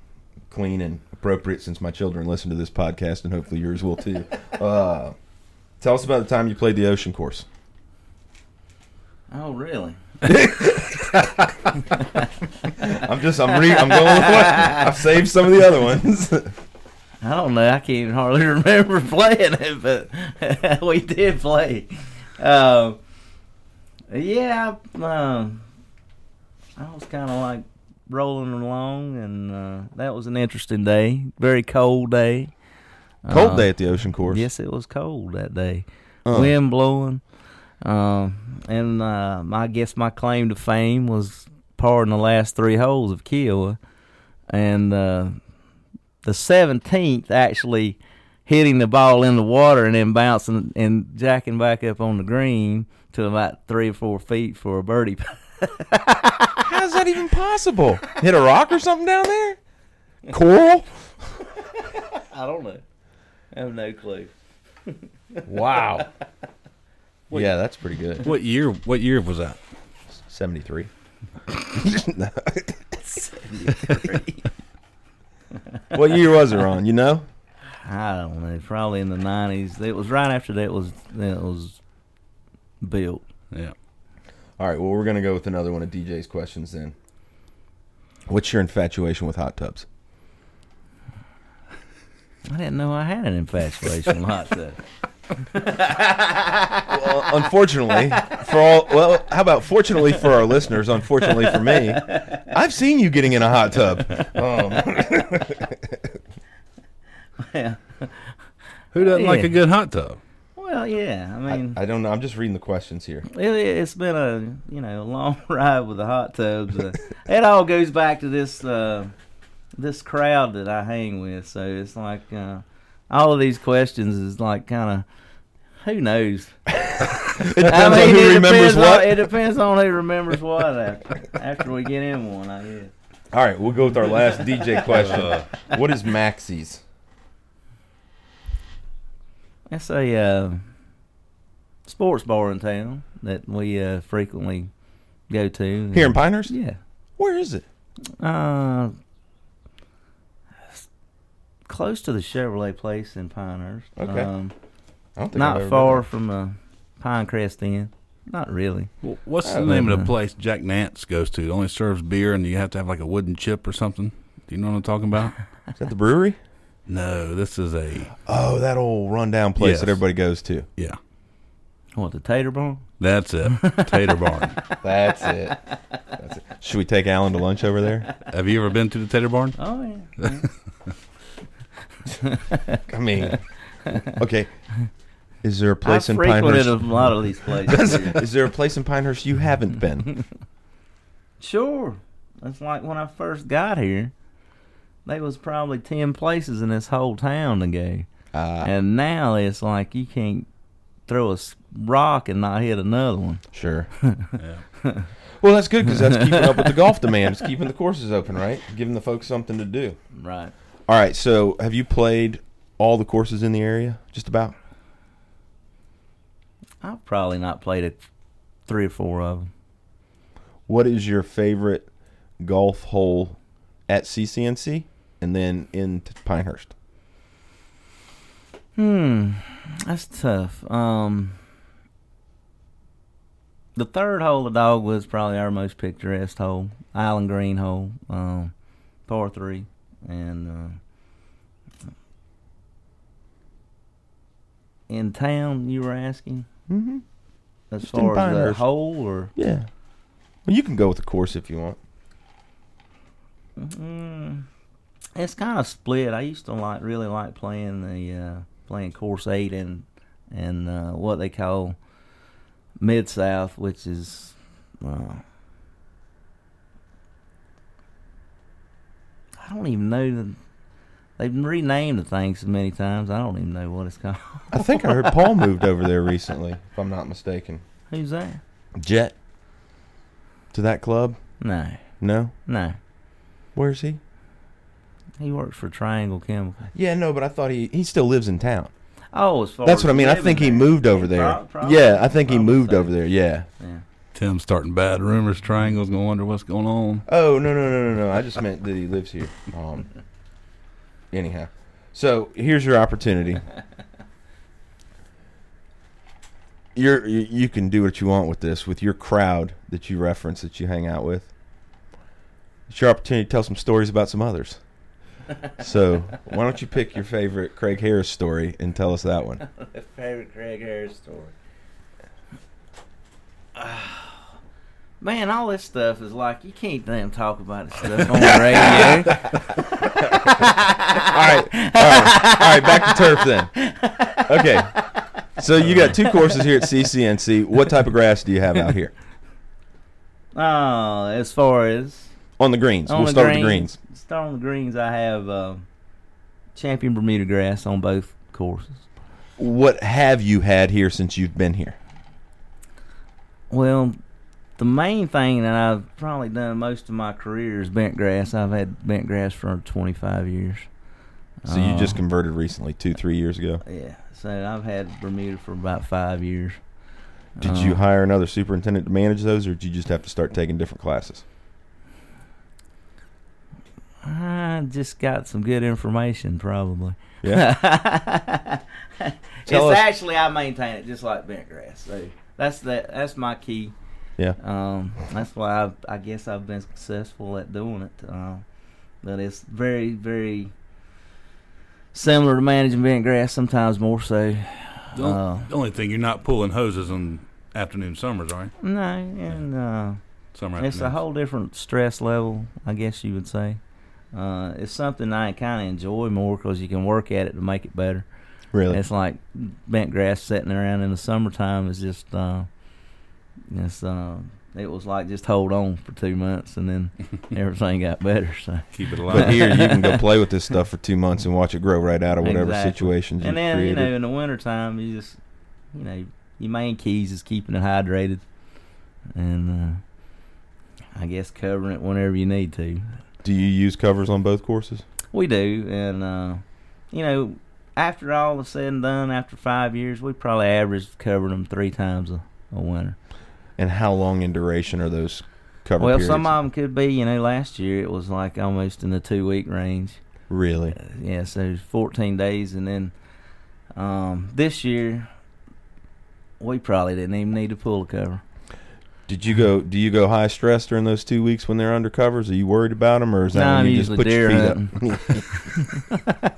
[SPEAKER 4] clean and appropriate since my children listen to this podcast, and hopefully yours will too. Uh, tell us about the time you played the ocean course.
[SPEAKER 5] Oh really?
[SPEAKER 4] I'm just, I'm, re- I'm going [laughs] with what I've saved some of the other ones. [laughs]
[SPEAKER 5] I don't know. I can't even hardly [laughs] remember playing it, but [laughs] we did play. Um, yeah, I, um, I was kind of like rolling along, and uh, that was an interesting day. Very cold day.
[SPEAKER 4] Cold
[SPEAKER 5] Uh,
[SPEAKER 4] day at the ocean course.
[SPEAKER 5] Yes, it was cold that day.
[SPEAKER 4] Uh.
[SPEAKER 5] Wind blowing. Um, and uh, my- I guess my claim to fame was parring the last three holes of Kiowa. And uh, the 17th actually hitting the ball in the water and then bouncing and jacking back up on the green to about three or four feet for a birdie. [laughs]
[SPEAKER 4] How is that even possible? Hit a rock or something down there? Coral?
[SPEAKER 5] [laughs] I don't know. I have no clue.
[SPEAKER 4] Wow. yeah, that's pretty good.
[SPEAKER 3] What year? What year was that?
[SPEAKER 4] 73. what year was it, Ron? You know?
[SPEAKER 5] I don't know. Probably in the 90s. It was right after that was that was built.
[SPEAKER 3] Yeah.
[SPEAKER 4] All right, well, we're going to go with another one of DJ's questions then. What's your infatuation with hot tubs?
[SPEAKER 5] I didn't know I had
[SPEAKER 4] [laughs]
[SPEAKER 5] an infatuation like that.
[SPEAKER 4] Well, unfortunately,
[SPEAKER 5] [laughs]
[SPEAKER 4] for all, well, how about fortunately for our listeners, unfortunately for me, I've seen you getting in a hot tub. Um,
[SPEAKER 5] Yeah.
[SPEAKER 3] Who doesn't like
[SPEAKER 5] Yeah.
[SPEAKER 3] a good hot tub?
[SPEAKER 5] Well, yeah. I mean,
[SPEAKER 4] I don't know. I'm just reading the questions
[SPEAKER 5] [laughs]
[SPEAKER 4] here.
[SPEAKER 5] it, it's been a you know a long [laughs] ride with the hot tubs. Uh, it all goes back to this uh, this crowd that I hang with. So it's like uh, all of these questions is like kind of who
[SPEAKER 4] [laughs]
[SPEAKER 5] knows.
[SPEAKER 4] It depends on who
[SPEAKER 5] it
[SPEAKER 4] remembers
[SPEAKER 5] depends on-
[SPEAKER 4] what.
[SPEAKER 5] it depends on who remembers what
[SPEAKER 4] [laughs]
[SPEAKER 5] after, after we get in one. I guess.
[SPEAKER 4] All right, we'll go with our last DJ
[SPEAKER 5] [laughs] Uh.
[SPEAKER 4] question. What is Maxie's?
[SPEAKER 5] That's a uh, sports bar in town that we uh, frequently go to.
[SPEAKER 4] Here in Pinehurst?
[SPEAKER 5] Yeah.
[SPEAKER 4] Where is it?
[SPEAKER 5] Uh, close to the Chevrolet place in Pinehurst.
[SPEAKER 4] Okay.
[SPEAKER 5] Um,
[SPEAKER 4] I don't think I've
[SPEAKER 5] not
[SPEAKER 4] ever
[SPEAKER 5] far
[SPEAKER 4] been
[SPEAKER 5] from uh, Pinecrest Inn. Not really.
[SPEAKER 3] Well, what's the
[SPEAKER 4] Oh,
[SPEAKER 3] name of
[SPEAKER 5] uh,
[SPEAKER 3] the place Jack Nance goes to? It only serves beer, and you have to have like a wooden chip or something. Do you know what I'm talking
[SPEAKER 5] [laughs]
[SPEAKER 3] about?
[SPEAKER 4] there. Is that the brewery?
[SPEAKER 3] No, this is a
[SPEAKER 4] Oh, that old rundown place
[SPEAKER 3] Yes.
[SPEAKER 4] that everybody goes to.
[SPEAKER 3] yeah.
[SPEAKER 5] What, the Tater Bar?
[SPEAKER 3] That's it, Tater
[SPEAKER 5] [laughs]
[SPEAKER 3] Barn.
[SPEAKER 4] That's it. That's it. Should we take Alan to lunch over there?
[SPEAKER 3] Have you ever been to the Tater Barn?
[SPEAKER 5] Oh, yeah.
[SPEAKER 4] I mean, okay. Is there a
[SPEAKER 5] I
[SPEAKER 4] place in
[SPEAKER 5] frequented a
[SPEAKER 4] Pinehurst? [laughs]
[SPEAKER 5] lot of these places.
[SPEAKER 4] Is there a place in Pinehurst you haven't
[SPEAKER 5] [laughs]
[SPEAKER 4] been?
[SPEAKER 5] Sure. That's like when I first got here. There was probably ten places in this whole town to go,
[SPEAKER 4] Uh,
[SPEAKER 5] and now it's like you can't throw a s- rock and not hit another one.
[SPEAKER 4] Sure. Well, that's good because that's keeping up with the golf demand. It's keeping the courses open, right? Giving the folks something to do.
[SPEAKER 5] Right.
[SPEAKER 4] All right. So, have you played all the courses in the area? Just about.
[SPEAKER 5] I've probably not played a, three or four of them.
[SPEAKER 4] What is your favorite golf hole at CCNC and then in t- Pinehurst?
[SPEAKER 5] Hmm, that's tough. Um, the third hole of Dogwood's probably our most picturesque hole, Island Green hole, um, par three, and uh, in town. You were asking
[SPEAKER 4] Mm-hmm.
[SPEAKER 5] as
[SPEAKER 4] Just in
[SPEAKER 5] far as the
[SPEAKER 4] Pinehurst.
[SPEAKER 5] hole, or
[SPEAKER 4] Yeah. Well, you can go with the course if you want.
[SPEAKER 5] Mm, it's kind of split. I used to like really like playing the uh, playing course eight and and uh, what they call mid south, which is uh, I don't even know. The, they've renamed the thing so many times. I don't even know what it's [laughs] called.
[SPEAKER 4] I think I heard Paul moved over there recently, if I'm not mistaken.
[SPEAKER 5] Who's that?
[SPEAKER 4] Jet to that club?
[SPEAKER 5] No,
[SPEAKER 4] No.
[SPEAKER 5] no.
[SPEAKER 4] Where's he?
[SPEAKER 5] He works for Triangle Chemical.
[SPEAKER 4] Yeah, no, but I thought he he still lives in town.
[SPEAKER 5] Oh, as far
[SPEAKER 4] That's
[SPEAKER 5] as
[SPEAKER 4] what I mean. I
[SPEAKER 5] living
[SPEAKER 4] think he
[SPEAKER 5] there.
[SPEAKER 4] moved over there.
[SPEAKER 5] prob- probably-
[SPEAKER 4] yeah, I think he
[SPEAKER 5] probably
[SPEAKER 4] moved
[SPEAKER 5] so.
[SPEAKER 4] over there. Yeah.
[SPEAKER 5] Yeah.
[SPEAKER 3] Tim's starting bad rumors. Triangle's gonna wonder what's going on.
[SPEAKER 4] Oh no no no no no! I just meant that he lives here. Um. Anyhow, so here's your opportunity. You're, you you can do what you want with this with your crowd that you reference that you hang out with. It's your opportunity to tell some stories about some others. So why don't you pick your favorite Craig Harris story and tell us that one?
[SPEAKER 5] favorite Craig Harris story. [sighs] Man, all this stuff is like you can't damn talk about this stuff on the radio.
[SPEAKER 4] [laughs] All right, all right, all right. Back to turf then. Okay. So you got two courses here at CCNC. What type of grass do you have out here
[SPEAKER 5] oh, as far as
[SPEAKER 4] on the greens?
[SPEAKER 5] on
[SPEAKER 4] we'll
[SPEAKER 5] the
[SPEAKER 4] start
[SPEAKER 5] greens,
[SPEAKER 4] with the greens.
[SPEAKER 5] Start on the greens. I have uh, champion Bermuda grass on both courses.
[SPEAKER 4] What have you had here since you've been here?
[SPEAKER 5] Well, the main thing that I've probably done most of my career is bent grass. I've had bent grass for 25 years.
[SPEAKER 4] So you just
[SPEAKER 5] Uh,
[SPEAKER 4] converted recently, two three years ago.
[SPEAKER 5] Yeah, so I've had Bermuda for about five years.
[SPEAKER 4] Did
[SPEAKER 5] Uh,
[SPEAKER 4] you hire another superintendent to manage those, or did you just have to start taking different
[SPEAKER 5] [laughs]
[SPEAKER 4] classes?
[SPEAKER 5] I just got some good
[SPEAKER 4] [laughs]
[SPEAKER 5] information, probably.
[SPEAKER 4] Yeah.
[SPEAKER 5] it's
[SPEAKER 4] Tell us-
[SPEAKER 5] actually I maintain it just like bent grass. So that's that. That's my key.
[SPEAKER 4] Yeah.
[SPEAKER 5] Um, that's why I've, I guess I've been successful at doing it. Um, but it's very, very similar to managing bent grass. Sometimes more so.
[SPEAKER 3] The,
[SPEAKER 5] Uh,
[SPEAKER 3] the only thing you're not pulling hoses on afternoon summers, are you?
[SPEAKER 5] No, and uh,
[SPEAKER 3] Summer
[SPEAKER 5] It's a
[SPEAKER 3] afternoons.
[SPEAKER 5] whole different stress level, I guess you would say. Uh, it's something I kind of enjoy more because you can work at it to make it better.
[SPEAKER 4] Really?
[SPEAKER 5] It's like bent grass sitting around in the summertime is just, uh, it's, uh, it was like just hold on for two months
[SPEAKER 4] [laughs]
[SPEAKER 5] and then everything got better. So [laughs]
[SPEAKER 3] Keep it
[SPEAKER 4] but
[SPEAKER 3] alive.
[SPEAKER 4] here you can go play with this stuff for two months and watch it grow right out of whatever
[SPEAKER 5] Exactly.
[SPEAKER 4] situations you've
[SPEAKER 5] and then
[SPEAKER 4] created.
[SPEAKER 5] you know in the wintertime you just you know your main keys is keeping it hydrated and uh, I guess covering it whenever you need to.
[SPEAKER 4] Do you use covers on both courses?
[SPEAKER 5] We do, and uh, you know, after all is said and done, after five years, we probably averaged covering them three times a, a winter.
[SPEAKER 4] And how long in duration are those cover
[SPEAKER 5] well,
[SPEAKER 4] periods?
[SPEAKER 5] some of them could be, you know, last year it was like almost in the two week range.
[SPEAKER 4] Really?
[SPEAKER 5] Uh, yeah, so 14 days, and then um, this year we probably didn't even need to pull a cover.
[SPEAKER 4] Did you go? Do you go high stress during those two weeks when they're under covers? Are you worried about them, or is that
[SPEAKER 5] No,
[SPEAKER 4] when
[SPEAKER 5] I'm
[SPEAKER 4] you just
[SPEAKER 5] usually
[SPEAKER 4] put your feet
[SPEAKER 5] deer
[SPEAKER 4] up? [laughs]
[SPEAKER 5] or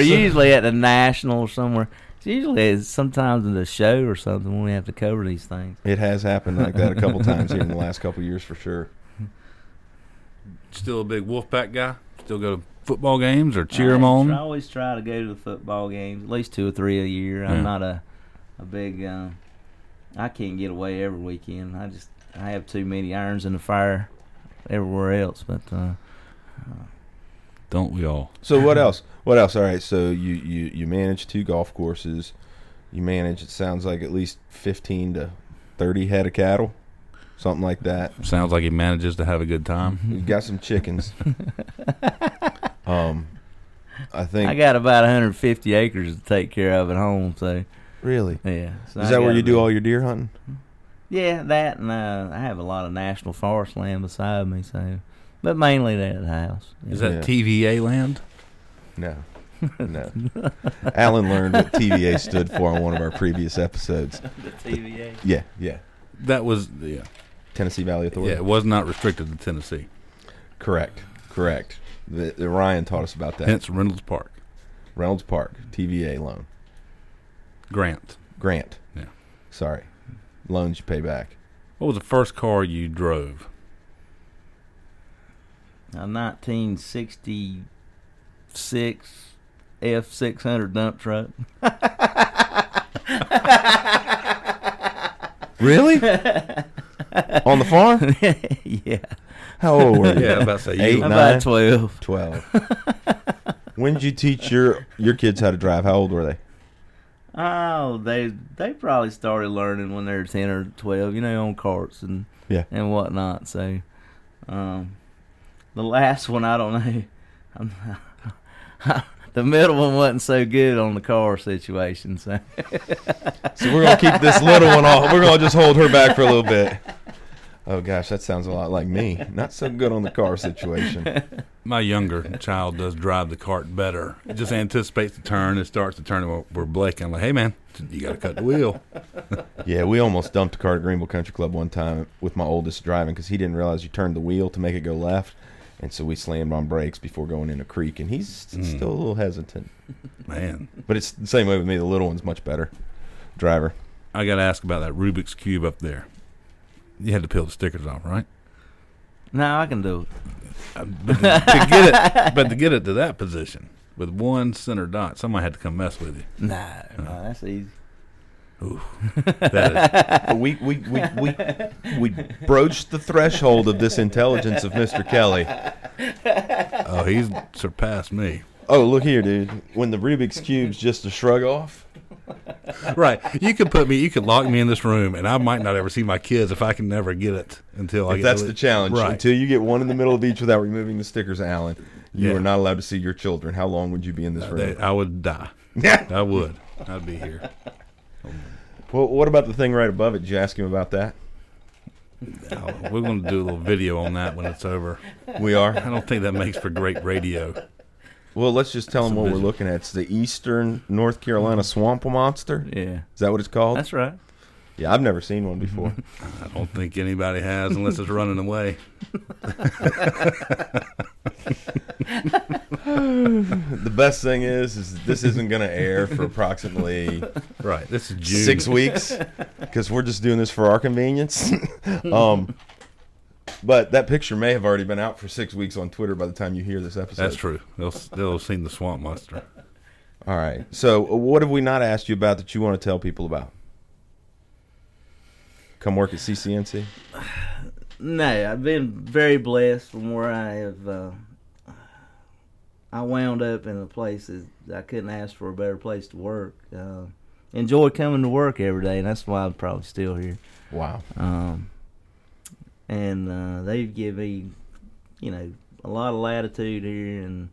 [SPEAKER 5] usually at the national or somewhere. It's usually it's sometimes in the show or something when we have to cover these things. [laughs]
[SPEAKER 4] it has happened like that a couple times here in the last couple years for sure.
[SPEAKER 3] still a big Wolfpack guy? Still go to football games or cheer them
[SPEAKER 5] I
[SPEAKER 3] on?
[SPEAKER 5] try- always try to go to the football games, at least two or three a year.
[SPEAKER 3] Yeah.
[SPEAKER 5] I'm not a a big. Uh, I can't get away every weekend. I just I have too many irons in the fire everywhere else. But uh,
[SPEAKER 3] Don't we all?
[SPEAKER 4] So what else? What else? All right. So you you you manage two golf courses. You manage. It sounds like at least fifteen to thirty head of cattle, something like that.
[SPEAKER 3] Sounds like he manages to have a good time.
[SPEAKER 5] Mm-hmm. [laughs]
[SPEAKER 4] You've got some chickens. um, I think.
[SPEAKER 5] I got about 150 acres to take care of at home. So
[SPEAKER 4] really.
[SPEAKER 5] yeah, so
[SPEAKER 4] Is
[SPEAKER 5] I
[SPEAKER 4] that where
[SPEAKER 5] gotta
[SPEAKER 4] you
[SPEAKER 5] be-
[SPEAKER 4] do all your deer hunting?
[SPEAKER 5] Yeah, that and uh, I have a lot of national forest land beside me. So, but mainly that at the house.
[SPEAKER 3] Is
[SPEAKER 5] Yeah.
[SPEAKER 3] that
[SPEAKER 4] Yeah.
[SPEAKER 3] TVA land?
[SPEAKER 4] No. No. Alan learned what TVA stood for on one of our previous episodes.
[SPEAKER 5] the TVA?
[SPEAKER 4] Yeah, yeah.
[SPEAKER 3] That was yeah.
[SPEAKER 4] Tennessee Valley Authority.
[SPEAKER 3] Yeah, it was not restricted to Tennessee.
[SPEAKER 4] Correct. Correct. The, the Ryan taught us about that.
[SPEAKER 3] Hence Reynolds Park
[SPEAKER 4] Reynolds Park, TVA loan.
[SPEAKER 3] grant.
[SPEAKER 4] Grant.
[SPEAKER 3] Yeah.
[SPEAKER 4] Sorry. Loans you pay back.
[SPEAKER 3] What was the first car you drove?
[SPEAKER 5] a 1966 F600 dump truck.
[SPEAKER 4] Really? [laughs] On the farm?
[SPEAKER 5] [laughs] yeah,
[SPEAKER 4] How old were you?
[SPEAKER 3] about to say
[SPEAKER 4] Eight.
[SPEAKER 3] you.
[SPEAKER 4] Nine.
[SPEAKER 5] about 12.
[SPEAKER 4] 12. when did you teach your your kids how to drive? How old were they?
[SPEAKER 5] Oh, they they probably started learning when they were 10 or 12, you know, on carts and
[SPEAKER 4] Yeah.
[SPEAKER 5] and whatnot. So, um, the last one, I don't know. I'm, [laughs] the middle one wasn't so good on the car situation. So,
[SPEAKER 4] So we're gonna keep this little one off. We're gonna just hold her back for a little bit. Oh gosh, that sounds a lot like me. Not so good on the car situation.
[SPEAKER 3] [laughs] My younger child does drive the cart better. It just anticipates the turn. It starts to turn. and We're blinking. I'm like, hey man, you got to cut the wheel.
[SPEAKER 4] Yeah, we almost dumped a car at Greenville Country Club one time with my oldest driving because he didn't realize you turned the wheel to make it go left, and so we slammed on brakes before going in a creek, and he's still a little hesitant.
[SPEAKER 3] [laughs] Man,
[SPEAKER 4] But it's the same way with me. The little one's much better driver.
[SPEAKER 3] I got to ask about that Rubik's cube up there. You had to peel the stickers off, right?
[SPEAKER 5] no, I can do it.
[SPEAKER 3] But to, [laughs] to get it, but to get it to that position with one center dot, somebody had to come mess with you.
[SPEAKER 5] No, no, that's easy.
[SPEAKER 3] That is [laughs]
[SPEAKER 4] But we we we we we broached the threshold of this intelligence of Mr. Kelly.
[SPEAKER 3] Oh, he's surpassed me.
[SPEAKER 4] Oh, look here, dude. When the Rubik's cube's just a shrug off.
[SPEAKER 3] Right. You could put me, you could lock me in this room, and I might not ever see my kids if I can never get it until I
[SPEAKER 4] If
[SPEAKER 3] get
[SPEAKER 4] that's
[SPEAKER 3] to-
[SPEAKER 4] the challenge.
[SPEAKER 3] Right.
[SPEAKER 4] Until you get one in the middle of each without removing the stickers, Alan, you
[SPEAKER 3] Yeah. Uh,
[SPEAKER 4] are not allowed to see your children. How long would you be in this room?
[SPEAKER 3] They- I would die.
[SPEAKER 4] Yeah.
[SPEAKER 3] I would. I'd be here.
[SPEAKER 4] well, what about the thing right above it? Did you ask him about that?
[SPEAKER 3] Oh, we're going to do a little video on that when it's over.
[SPEAKER 4] We
[SPEAKER 3] I [laughs]
[SPEAKER 4] are.
[SPEAKER 3] don't think that makes for great radio.
[SPEAKER 4] Well, let's just tell him what we're
[SPEAKER 3] vision. Mm-hmm.
[SPEAKER 4] looking at. It's the Eastern North Carolina Swamp Monster.
[SPEAKER 5] Yeah,
[SPEAKER 4] Is that what it's called?
[SPEAKER 5] that's right.
[SPEAKER 4] yeah, I've never seen
[SPEAKER 3] [laughs]
[SPEAKER 4] one before.
[SPEAKER 3] I don't think anybody has unless it's running away.
[SPEAKER 4] the best thing is, is this isn't going to air
[SPEAKER 3] [laughs]
[SPEAKER 4] for approximately
[SPEAKER 3] Right. This is June.
[SPEAKER 4] six [laughs] weeks because we're just doing this for our convenience. [laughs] um, but that picture may have already been out for six weeks on Twitter by the time you hear this episode.
[SPEAKER 3] That's true. They'll, they'll have seen the swamp monster.
[SPEAKER 4] All right. So, uh, what have we not asked you about that you want to tell people about? Come work at CCNC.
[SPEAKER 5] No, I've been very blessed from where I have. Uh, I wound up in a place that I couldn't ask for a better place to work. Uh, enjoy coming to work every day, and that's why I'm probably still here.
[SPEAKER 4] Wow.
[SPEAKER 5] Um, and uh, they give me, you know, a lot of latitude here and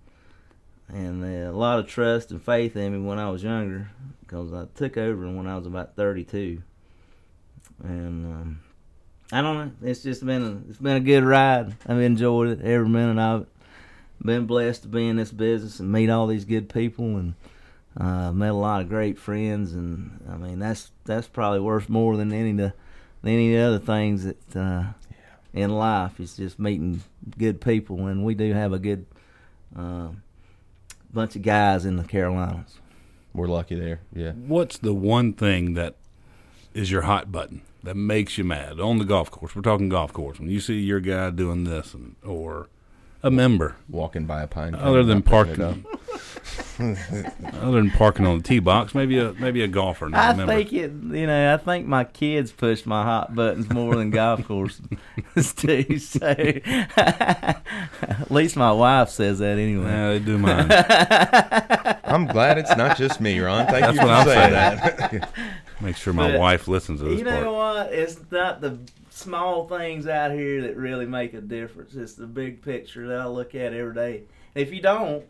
[SPEAKER 5] and uh, a lot of trust and faith in me when I was younger because I took over when I was about 32. And um, I don't know. It's just been a, it's been a good ride. I've enjoyed it every minute of it. Been blessed to be in this business and meet all these good people and uh, met a lot of great friends and I mean that's that's probably worth more than any of the than any of the other things that uh, in life. It's just meeting good people and we do have a good uh, bunch of guys in the Carolinas.
[SPEAKER 4] We're lucky there. Yeah.
[SPEAKER 3] What's the one thing that is your hot button that makes you mad on the golf course? We're talking golf course. When you see your guy doing this, and, or a member
[SPEAKER 4] Walking by a pine. cone,
[SPEAKER 3] other than
[SPEAKER 4] not picking it
[SPEAKER 3] parking. [laughs] other than parking on the tee box, maybe a maybe a golfer. Not
[SPEAKER 5] I
[SPEAKER 3] a member.
[SPEAKER 5] think it, you know, I think my kids push my hot buttons more than [laughs] golf courses do. So, [laughs] at least my wife says that anyway.
[SPEAKER 3] Yeah, they
[SPEAKER 5] [laughs]
[SPEAKER 3] do mine.
[SPEAKER 4] up. I'm glad it's not just me, Ron. Thank
[SPEAKER 3] That's
[SPEAKER 4] you for
[SPEAKER 3] what I'm
[SPEAKER 4] saying
[SPEAKER 3] saying.
[SPEAKER 4] that.
[SPEAKER 3] Make sure my
[SPEAKER 5] But-
[SPEAKER 3] wife listens to this
[SPEAKER 5] You know
[SPEAKER 3] part.
[SPEAKER 5] what? It's not the small things out here that really make a difference. It's the big picture that I look at every day. If you don't,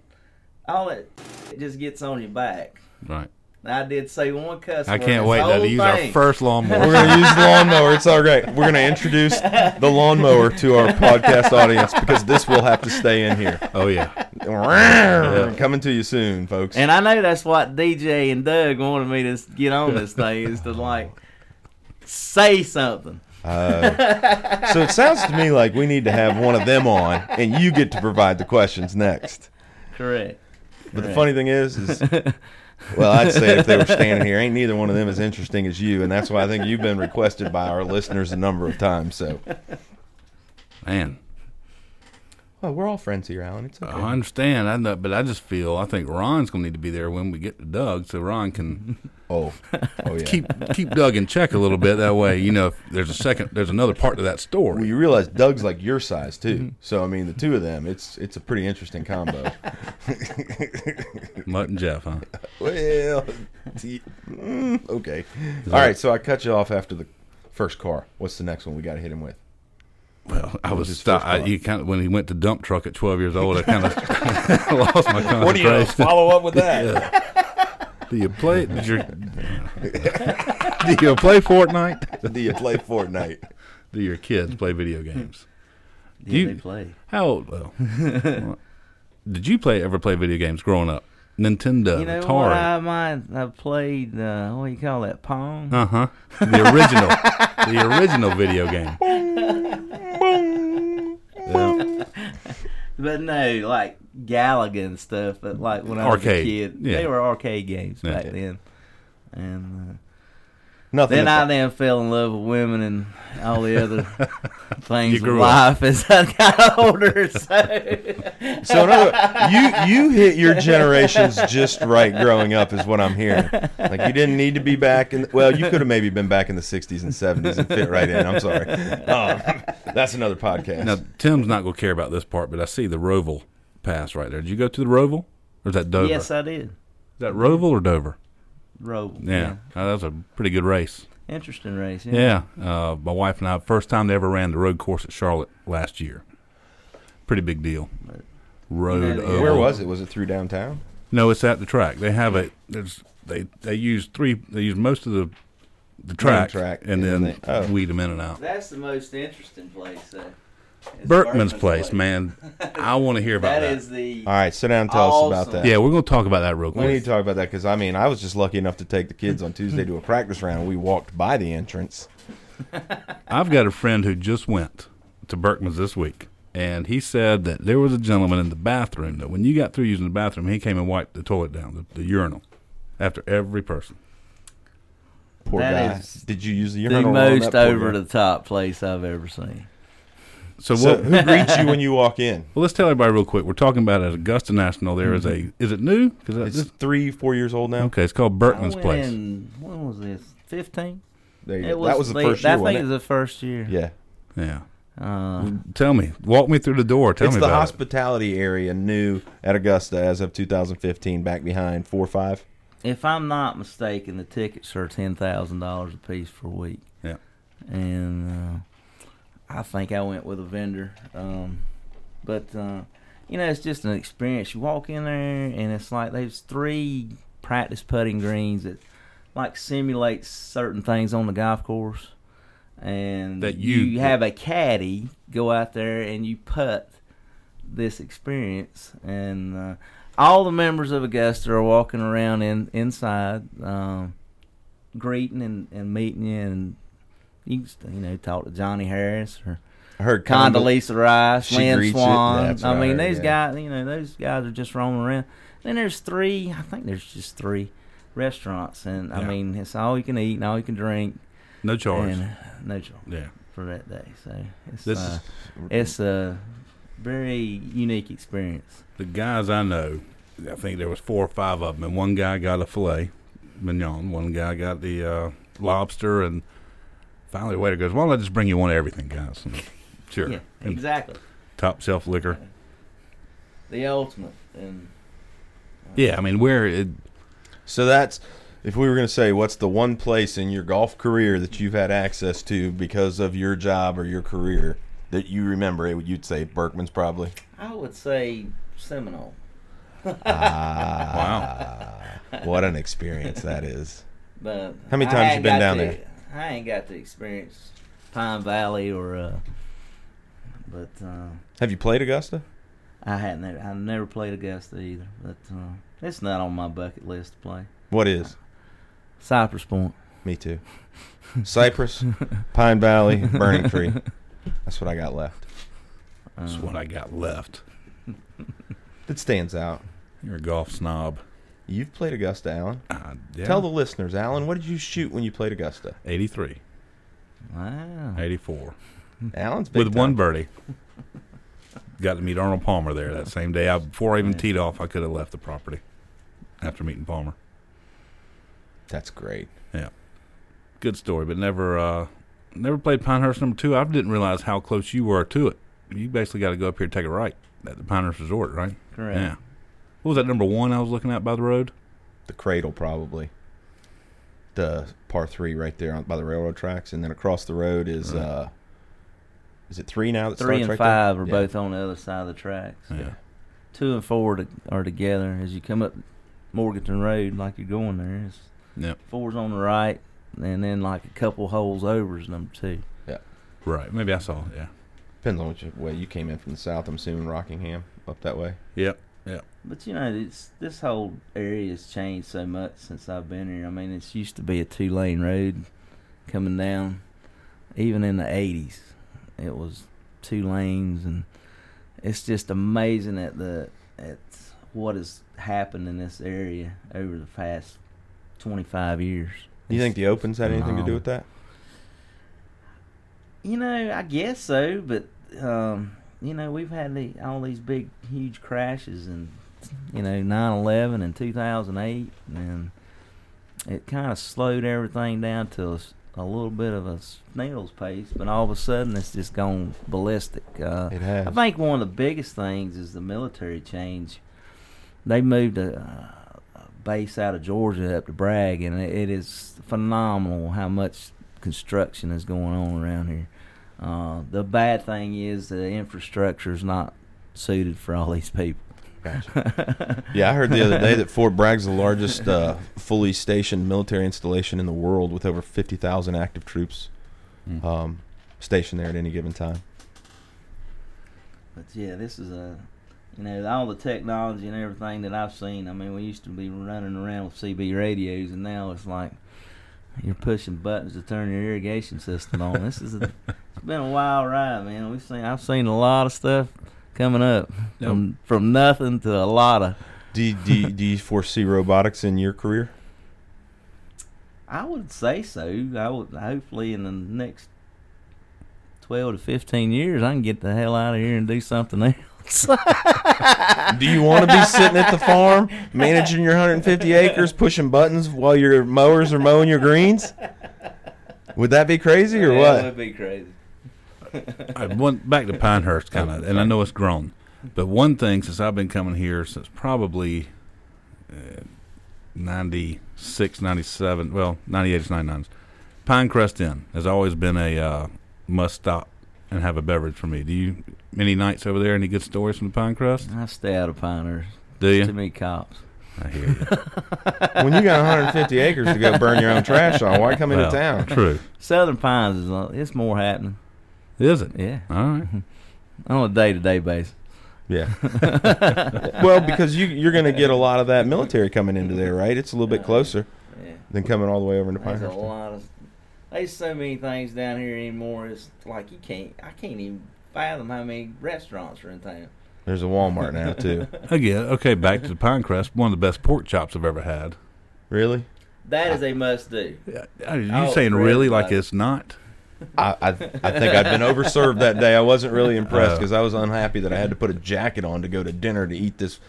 [SPEAKER 5] all it, it just gets on your back.
[SPEAKER 3] Right.
[SPEAKER 5] I did say one cuss
[SPEAKER 3] I
[SPEAKER 5] word
[SPEAKER 3] can't
[SPEAKER 5] this
[SPEAKER 3] wait though
[SPEAKER 5] whole
[SPEAKER 3] to use our
[SPEAKER 5] thing.
[SPEAKER 3] first
[SPEAKER 4] We're
[SPEAKER 5] [laughs]
[SPEAKER 3] lawnmower.
[SPEAKER 4] gonna use the lawnmower. It's all right. We're gonna introduce the lawnmower to our podcast audience because this will have to stay in here.
[SPEAKER 3] oh yeah.
[SPEAKER 4] Coming to you soon, folks.
[SPEAKER 5] And I know that's what DJ and Doug wanted me to s- get on this thing is to like say something.
[SPEAKER 4] so it sounds to me like we need to have one of them on, and you get to provide the questions next.
[SPEAKER 5] Correct.
[SPEAKER 4] But the funny thing is, is well, I'd say if they were standing here, ain't neither one of them as interesting as you, and that's why I think you've been requested by our listeners a number of times. So,
[SPEAKER 3] Man.
[SPEAKER 4] well, we're all friends here, Alan. It's okay.
[SPEAKER 3] I understand. I know, but I just feel I think Ron's gonna need to be there when we get to Doug, so Ron can
[SPEAKER 4] oh, oh yeah.
[SPEAKER 3] keep keep Doug in check a little bit. That way, you know, if there's a second, there's another part to that
[SPEAKER 4] well,
[SPEAKER 3] story.
[SPEAKER 4] you realize Doug's like your size too. So I mean, the two of them, it's it's a pretty interesting combo.
[SPEAKER 3] Mutt and Jeff, huh?
[SPEAKER 4] well, t- mm, okay. All right. So I cut you off after the first car. What's the next one we got to hit him with? [laughs]
[SPEAKER 3] Well, I was
[SPEAKER 4] his
[SPEAKER 3] stop.
[SPEAKER 4] first
[SPEAKER 3] I,
[SPEAKER 4] car?
[SPEAKER 3] you kind of when he went to dump truck at 12 years old, I kind of [laughs] lost my concentration.
[SPEAKER 4] follow up with that?
[SPEAKER 3] [laughs] Do you play? Did you? do you play Fortnite?
[SPEAKER 4] Do you uh, play Fortnite?
[SPEAKER 3] Do your kids play video games?
[SPEAKER 5] Yeah,
[SPEAKER 3] You-
[SPEAKER 5] they play.
[SPEAKER 3] How old?
[SPEAKER 5] [laughs]
[SPEAKER 3] Well, did you play ever play video games growing up? Nintendo,
[SPEAKER 5] You know what?
[SPEAKER 3] Atari.
[SPEAKER 5] I might have played. Uh, what do you call that? Pong.
[SPEAKER 3] Uh huh. The original,
[SPEAKER 5] [laughs]
[SPEAKER 3] the original video game. Yeah.
[SPEAKER 5] But no, like Galaga and stuff. But like when I
[SPEAKER 3] Arcade.
[SPEAKER 5] was a kid,
[SPEAKER 3] Yeah.
[SPEAKER 5] they were arcade games
[SPEAKER 3] Yeah.
[SPEAKER 5] back then. And uh,
[SPEAKER 4] Nothing.
[SPEAKER 5] then [laughs]
[SPEAKER 4] at
[SPEAKER 5] I then fell in love with women and all the
[SPEAKER 3] [laughs]
[SPEAKER 5] other things of
[SPEAKER 3] grew up.
[SPEAKER 5] life as I got [laughs] older. So.
[SPEAKER 4] the- so in other words, you you hit your generations just right growing up is what I'm hearing. Like you didn't need to be back in. Well, you could have maybe been back in the '60s and '70s and fit right in. I'm sorry. Um, that's another podcast.
[SPEAKER 3] Now Uh, Tim's not gonna care about this part, but I see the Roval pass right there. Did you go to the Roval? Or is that Dover?
[SPEAKER 5] Yes,
[SPEAKER 3] Is
[SPEAKER 5] I did.
[SPEAKER 3] that Roval or Dover?
[SPEAKER 5] Roble.
[SPEAKER 3] Yeah, Uh, that was a pretty good race.
[SPEAKER 5] Yeah. Interesting race. Yeah.
[SPEAKER 3] Yeah, uh, my wife and I first time they ever ran the road course at Charlotte last year. Pretty big deal. Road.
[SPEAKER 5] Yeah,
[SPEAKER 3] Oval.
[SPEAKER 4] Where was it? Was it through downtown?
[SPEAKER 3] No, it's at the track. They have a there's they they use three they use most of the the track,
[SPEAKER 4] track,
[SPEAKER 3] and
[SPEAKER 4] and
[SPEAKER 3] then
[SPEAKER 4] then they- oh.
[SPEAKER 3] weed them in and out.
[SPEAKER 5] That's the most interesting place. Though, It's
[SPEAKER 3] Berkman's place, man. I want to hear about
[SPEAKER 5] That
[SPEAKER 3] that.
[SPEAKER 5] is the.
[SPEAKER 4] All right, sit down and tell us
[SPEAKER 5] Awesome.
[SPEAKER 4] about that.
[SPEAKER 3] yeah, we're gonna talk about that real
[SPEAKER 4] We need
[SPEAKER 3] quick.
[SPEAKER 4] to talk about that because I mean I was just lucky enough to take the kids on Tuesday to a practice round. We walked by the entrance.
[SPEAKER 3] I've got a friend who just went to Berkman's this week, and he said that there was a gentleman in the bathroom that when you got through using the bathroom, he came and wiped the toilet down, the, the urinal, after every person.
[SPEAKER 4] Poor
[SPEAKER 5] That
[SPEAKER 4] guy.
[SPEAKER 5] is
[SPEAKER 4] Did you use the
[SPEAKER 5] The
[SPEAKER 4] urinal? on that
[SPEAKER 5] most
[SPEAKER 4] poor
[SPEAKER 5] over
[SPEAKER 4] guy?
[SPEAKER 5] the top place I've ever seen.
[SPEAKER 3] So,
[SPEAKER 4] So
[SPEAKER 3] what,
[SPEAKER 4] who greets you when you walk in?
[SPEAKER 3] well, let's tell everybody real quick. We're talking about at Augusta National. There is a is it new? Because
[SPEAKER 4] Mm-hmm. It's three, four years old now.
[SPEAKER 3] okay, it's called Berkman's
[SPEAKER 5] I went
[SPEAKER 3] place.
[SPEAKER 5] in- when was this? 15?
[SPEAKER 4] There you
[SPEAKER 5] It
[SPEAKER 4] go. that was the
[SPEAKER 5] they-
[SPEAKER 4] first
[SPEAKER 5] I
[SPEAKER 4] year.
[SPEAKER 5] think it was
[SPEAKER 4] Wasn't
[SPEAKER 5] the first year.
[SPEAKER 4] it? Yeah,
[SPEAKER 3] Yeah.
[SPEAKER 5] Uh,
[SPEAKER 3] Tell me, walk me through the door. Tell
[SPEAKER 4] it's
[SPEAKER 3] me
[SPEAKER 4] the
[SPEAKER 3] about it.
[SPEAKER 4] hospitality area new at Augusta as of 2015. Back behind four or five.
[SPEAKER 5] if I'm not mistaken, the tickets are ten thousand dollars a piece for a week.
[SPEAKER 3] Yeah.
[SPEAKER 5] and uh, I think I went with a vendor. Um, but uh, you know, it's just an experience. You walk in there, and it's like there's three practice putting greens that like simulates certain things on the golf course, and
[SPEAKER 3] That you-
[SPEAKER 5] have a caddy go out there and you putt this experience and. Uh, all the members of Augusta are walking around in inside, um, greeting and, and meeting you, and you can, st- you know talk to Johnny Harris or
[SPEAKER 4] I heard
[SPEAKER 5] Condoleezza Rice,
[SPEAKER 4] She
[SPEAKER 5] Lynn
[SPEAKER 4] greets you.
[SPEAKER 5] Swan.
[SPEAKER 4] That's
[SPEAKER 5] I mean,
[SPEAKER 4] right,
[SPEAKER 5] these
[SPEAKER 4] yeah.
[SPEAKER 5] guys, you know, those guys are just roaming around. Then there's three. I think there's just three restaurants, and I
[SPEAKER 3] Yeah.
[SPEAKER 5] mean, it's all you can eat and all you can drink,
[SPEAKER 3] No charge.
[SPEAKER 5] and no charge
[SPEAKER 3] yeah.
[SPEAKER 5] for that day. So it's
[SPEAKER 3] This
[SPEAKER 5] uh, it's a very unique experience.
[SPEAKER 3] The guys I know, I think there was four or five of them, and one guy got a filet mignon, one guy got the uh, lobster, and finally the waiter goes, "Why don't I just bring you one of everything, guys?" And, sure,
[SPEAKER 5] Yeah,
[SPEAKER 3] And
[SPEAKER 5] exactly.
[SPEAKER 3] top shelf liquor.
[SPEAKER 5] The ultimate, and
[SPEAKER 3] Yeah, I mean where it,
[SPEAKER 4] So that's if we were going to say what's the one place in your golf career that you've had access to because of your job or your career that you remember, it, you'd say Berkman's probably.
[SPEAKER 5] I would say Seminole.
[SPEAKER 4] Ah, wow. What an experience that is.
[SPEAKER 5] But
[SPEAKER 4] How many
[SPEAKER 5] I
[SPEAKER 4] times you
[SPEAKER 5] hadn't
[SPEAKER 4] been
[SPEAKER 5] got
[SPEAKER 4] down
[SPEAKER 5] to-
[SPEAKER 4] there?
[SPEAKER 5] I ain't got to experience Pine Valley or, uh, but uh,
[SPEAKER 4] Have you played Augusta?
[SPEAKER 5] I hadn't. ever- I never played Augusta either. But uh, it's not on my bucket list to play.
[SPEAKER 4] What is?
[SPEAKER 5] Cypress Point.
[SPEAKER 4] Me too. Cypress, Pine Valley, Burning Tree. That's what I got left.
[SPEAKER 3] is what I got left.
[SPEAKER 4] It stands out.
[SPEAKER 3] You're a golf snob.
[SPEAKER 4] You've played Augusta, Alan.
[SPEAKER 3] Uh, yeah.
[SPEAKER 4] Tell the listeners, Alan, what did you shoot when you played Augusta?
[SPEAKER 3] 83,
[SPEAKER 5] Wow.
[SPEAKER 3] 84.
[SPEAKER 4] Alan's big
[SPEAKER 3] with one
[SPEAKER 4] time.
[SPEAKER 3] birdie. Got to meet Arnold Palmer there that same day. I, before I even teed off, I could have left the property after meeting Palmer.
[SPEAKER 4] That's great.
[SPEAKER 3] Good story, but never, uh, never played Pinehurst number two. I didn't realize how close you were to it. You basically got to go up here and take a right at the Pinehurst Resort, right?
[SPEAKER 5] Correct.
[SPEAKER 3] Yeah. What was that number one I was looking at by the road?
[SPEAKER 4] the cradle probably the par three right there on, by the railroad tracks and then across the road is uh is it three now that
[SPEAKER 5] Mm-hmm.
[SPEAKER 4] starts
[SPEAKER 5] Three and
[SPEAKER 4] right
[SPEAKER 5] five
[SPEAKER 4] there?
[SPEAKER 5] are
[SPEAKER 4] Yeah.
[SPEAKER 5] both on the other side of the tracks.
[SPEAKER 3] Yeah.
[SPEAKER 5] Two and four to, are together. As you come up Morganton Road, like you're going there, it's
[SPEAKER 3] Yeah.
[SPEAKER 5] four's on the right, and then like a couple holes over is number two.
[SPEAKER 3] Right. Maybe I saw. it, Yeah.
[SPEAKER 4] depends on which way you came in from the south i'm assuming rockingham up that way
[SPEAKER 3] Yep. Yep.
[SPEAKER 5] But you know, it's this whole area has changed so much since I've been here. I mean, it's used to be a two lane road coming down. Even in the eighties, it was two lanes, and it's just amazing at the at what has happened in this area over the past twenty five years.
[SPEAKER 4] you think the opens had anything to do
[SPEAKER 5] No.
[SPEAKER 4] with that
[SPEAKER 5] You know, I guess so, but um, you know, we've had the, all these big, huge crashes, and you know, nine eleven and two thousand eight, and it kind of slowed everything down to a, s- a little bit of a snail's pace. But all of a sudden, it's just gone ballistic. Uh,
[SPEAKER 4] it has
[SPEAKER 5] I think one of the biggest things is the military change. They moved a, a base out of Georgia up to Bragg, and it, it is phenomenal how much construction is going on around here. Uh, the bad thing is the infrastructure is not suited for all these people. [laughs]
[SPEAKER 4] yeah i heard the other day that fort bragg's the largest uh, fully stationed military installation in the world with over 50000 active troops
[SPEAKER 5] Hmm.
[SPEAKER 3] Mm.
[SPEAKER 4] um, stationed there at any given time
[SPEAKER 5] But yeah, this is a, you know, all the technology and everything that I've seen. I mean, we used to be running around with CB radios, and now it's like you're pushing buttons to turn your irrigation system on. This is a, it's been a wild ride, man. We've seen, I've seen a lot of stuff coming up from from nothing to a lot of.
[SPEAKER 4] do, do, do you foresee robotics in your career
[SPEAKER 5] I would say so. I would hopefully in the next twelve to fifteen years, I can get the hell out of here and do something else.
[SPEAKER 4] Do you want to be sitting at the farm managing your 150 acres, pushing buttons while your mowers are mowing your greens? Would that be crazy or
[SPEAKER 5] That would
[SPEAKER 4] what?
[SPEAKER 5] be crazy.
[SPEAKER 3] I went back to Pinehurst, kind of, and I know it's grown. But one thing since I've been coming here since probably uh, 96, 97, well, 98 to 99, Pinecrest Inn has always been a uh, must stop and have a beverage for me. Do you, many nights over there, any good stories from the Pinecrest?
[SPEAKER 5] I stay out of Pinehurst.
[SPEAKER 3] Do
[SPEAKER 5] Too
[SPEAKER 3] you?
[SPEAKER 5] many cops.
[SPEAKER 3] I hear you.
[SPEAKER 4] When you got 150 acres to go burn your own trash on, why come into
[SPEAKER 3] Well,
[SPEAKER 4] town?
[SPEAKER 3] True.
[SPEAKER 5] Southern Pines is a- it's more happening.
[SPEAKER 3] Is
[SPEAKER 4] [laughs]
[SPEAKER 3] it?
[SPEAKER 5] Yeah,
[SPEAKER 3] All right.
[SPEAKER 5] on a day to day basis.
[SPEAKER 4] Yeah. [laughs] well, because you you're going to get a lot of that military coming into there, right? It's a little bit closer
[SPEAKER 5] Yeah,
[SPEAKER 4] than coming all the way over into
[SPEAKER 5] there's a
[SPEAKER 4] Pinehurst.
[SPEAKER 5] lot of there's so many things down here anymore. It's like you can't I can't even fathom how many restaurants are in town.
[SPEAKER 4] There's a Walmart now
[SPEAKER 5] [laughs]
[SPEAKER 4] too.
[SPEAKER 3] Again, okay, back to the Pinecrest. One of the best pork chops I've ever had.
[SPEAKER 4] Really?
[SPEAKER 5] That is a must do.
[SPEAKER 3] Yeah, Are you
[SPEAKER 5] Oh,
[SPEAKER 3] saying
[SPEAKER 5] Fred,
[SPEAKER 3] really like
[SPEAKER 5] buddy.
[SPEAKER 3] it's not?
[SPEAKER 4] I, I, I think I'd been overserved that day. I wasn't really impressed
[SPEAKER 3] Uh.
[SPEAKER 4] because I was unhappy that I had to put a jacket on to go to dinner to eat this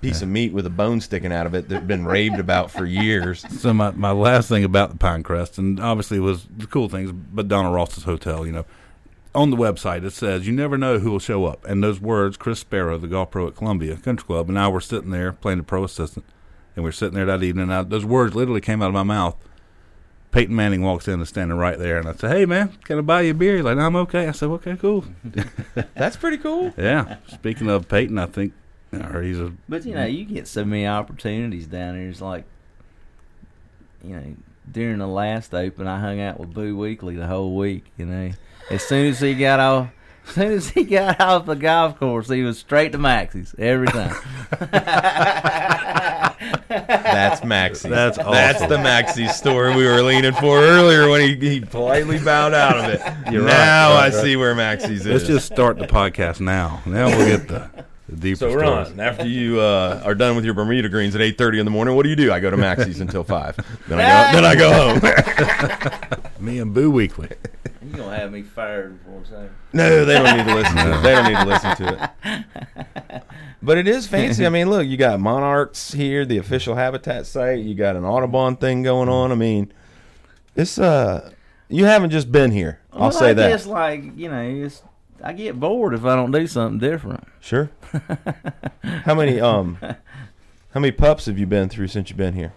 [SPEAKER 4] piece of meat with a bone sticking out of it that had been raved about for years.
[SPEAKER 3] So my, my last thing about the Pinecrest, and obviously it was the cool things, but Donna Ross's hotel, you know, on the website it says you never know who will show up, and those words, Chris Sparrow, the golf pro at Columbia Country Club, and I were sitting there playing the pro assistant, and we were sitting there that evening, and I, those words literally came out of my mouth. Peyton Manning walks in and standing right there, and I said, "Hey man, can I buy you a beer?" He's like, "No, "I'm okay." I said, "Okay, cool."
[SPEAKER 4] That's pretty cool.
[SPEAKER 3] Yeah. Speaking of Peyton, I think or he's a
[SPEAKER 5] But you know,
[SPEAKER 4] Mm-hmm.
[SPEAKER 5] you get so many opportunities down here. It's like, you know, during the last open, I hung out with Boo Weekly the whole week. You know, as soon as he got off, [laughs] as soon as he got off the golf course, he was straight to Maxie's every
[SPEAKER 4] [laughs]
[SPEAKER 5] time.
[SPEAKER 4] That's Maxie.
[SPEAKER 3] That's
[SPEAKER 4] That's
[SPEAKER 3] awesome.
[SPEAKER 4] the Maxie store we were leaning for earlier when he, he politely bowed out of it.
[SPEAKER 3] You're right,
[SPEAKER 4] now
[SPEAKER 3] right,
[SPEAKER 4] I
[SPEAKER 3] right.
[SPEAKER 4] see where Maxie's is.
[SPEAKER 3] Let's just start the podcast now. Now we'll get the, the deeper
[SPEAKER 4] So
[SPEAKER 3] stories.
[SPEAKER 4] Ron, after you uh, are done with your Bermuda greens at eight thirty in the morning, what do you do? I go to Maxie's until five. Then
[SPEAKER 3] [laughs]
[SPEAKER 4] I go. Then I go home.
[SPEAKER 3] Me and Boo Weekly.
[SPEAKER 5] you gonna have me fired before it's over.
[SPEAKER 4] no, they don't need to listen to it. They don't need to listen to it. But it is fancy. I mean, look, you got monarchs here, the official habitat site. You got an Audubon thing going on. I mean, it's uh, you haven't just been here. I'll
[SPEAKER 5] Well,
[SPEAKER 4] say
[SPEAKER 5] I
[SPEAKER 4] that.
[SPEAKER 5] Guess, like you know, it's, I get bored if I don't do something different.
[SPEAKER 4] Sure. how many um, how many pups have you been through since you've been here?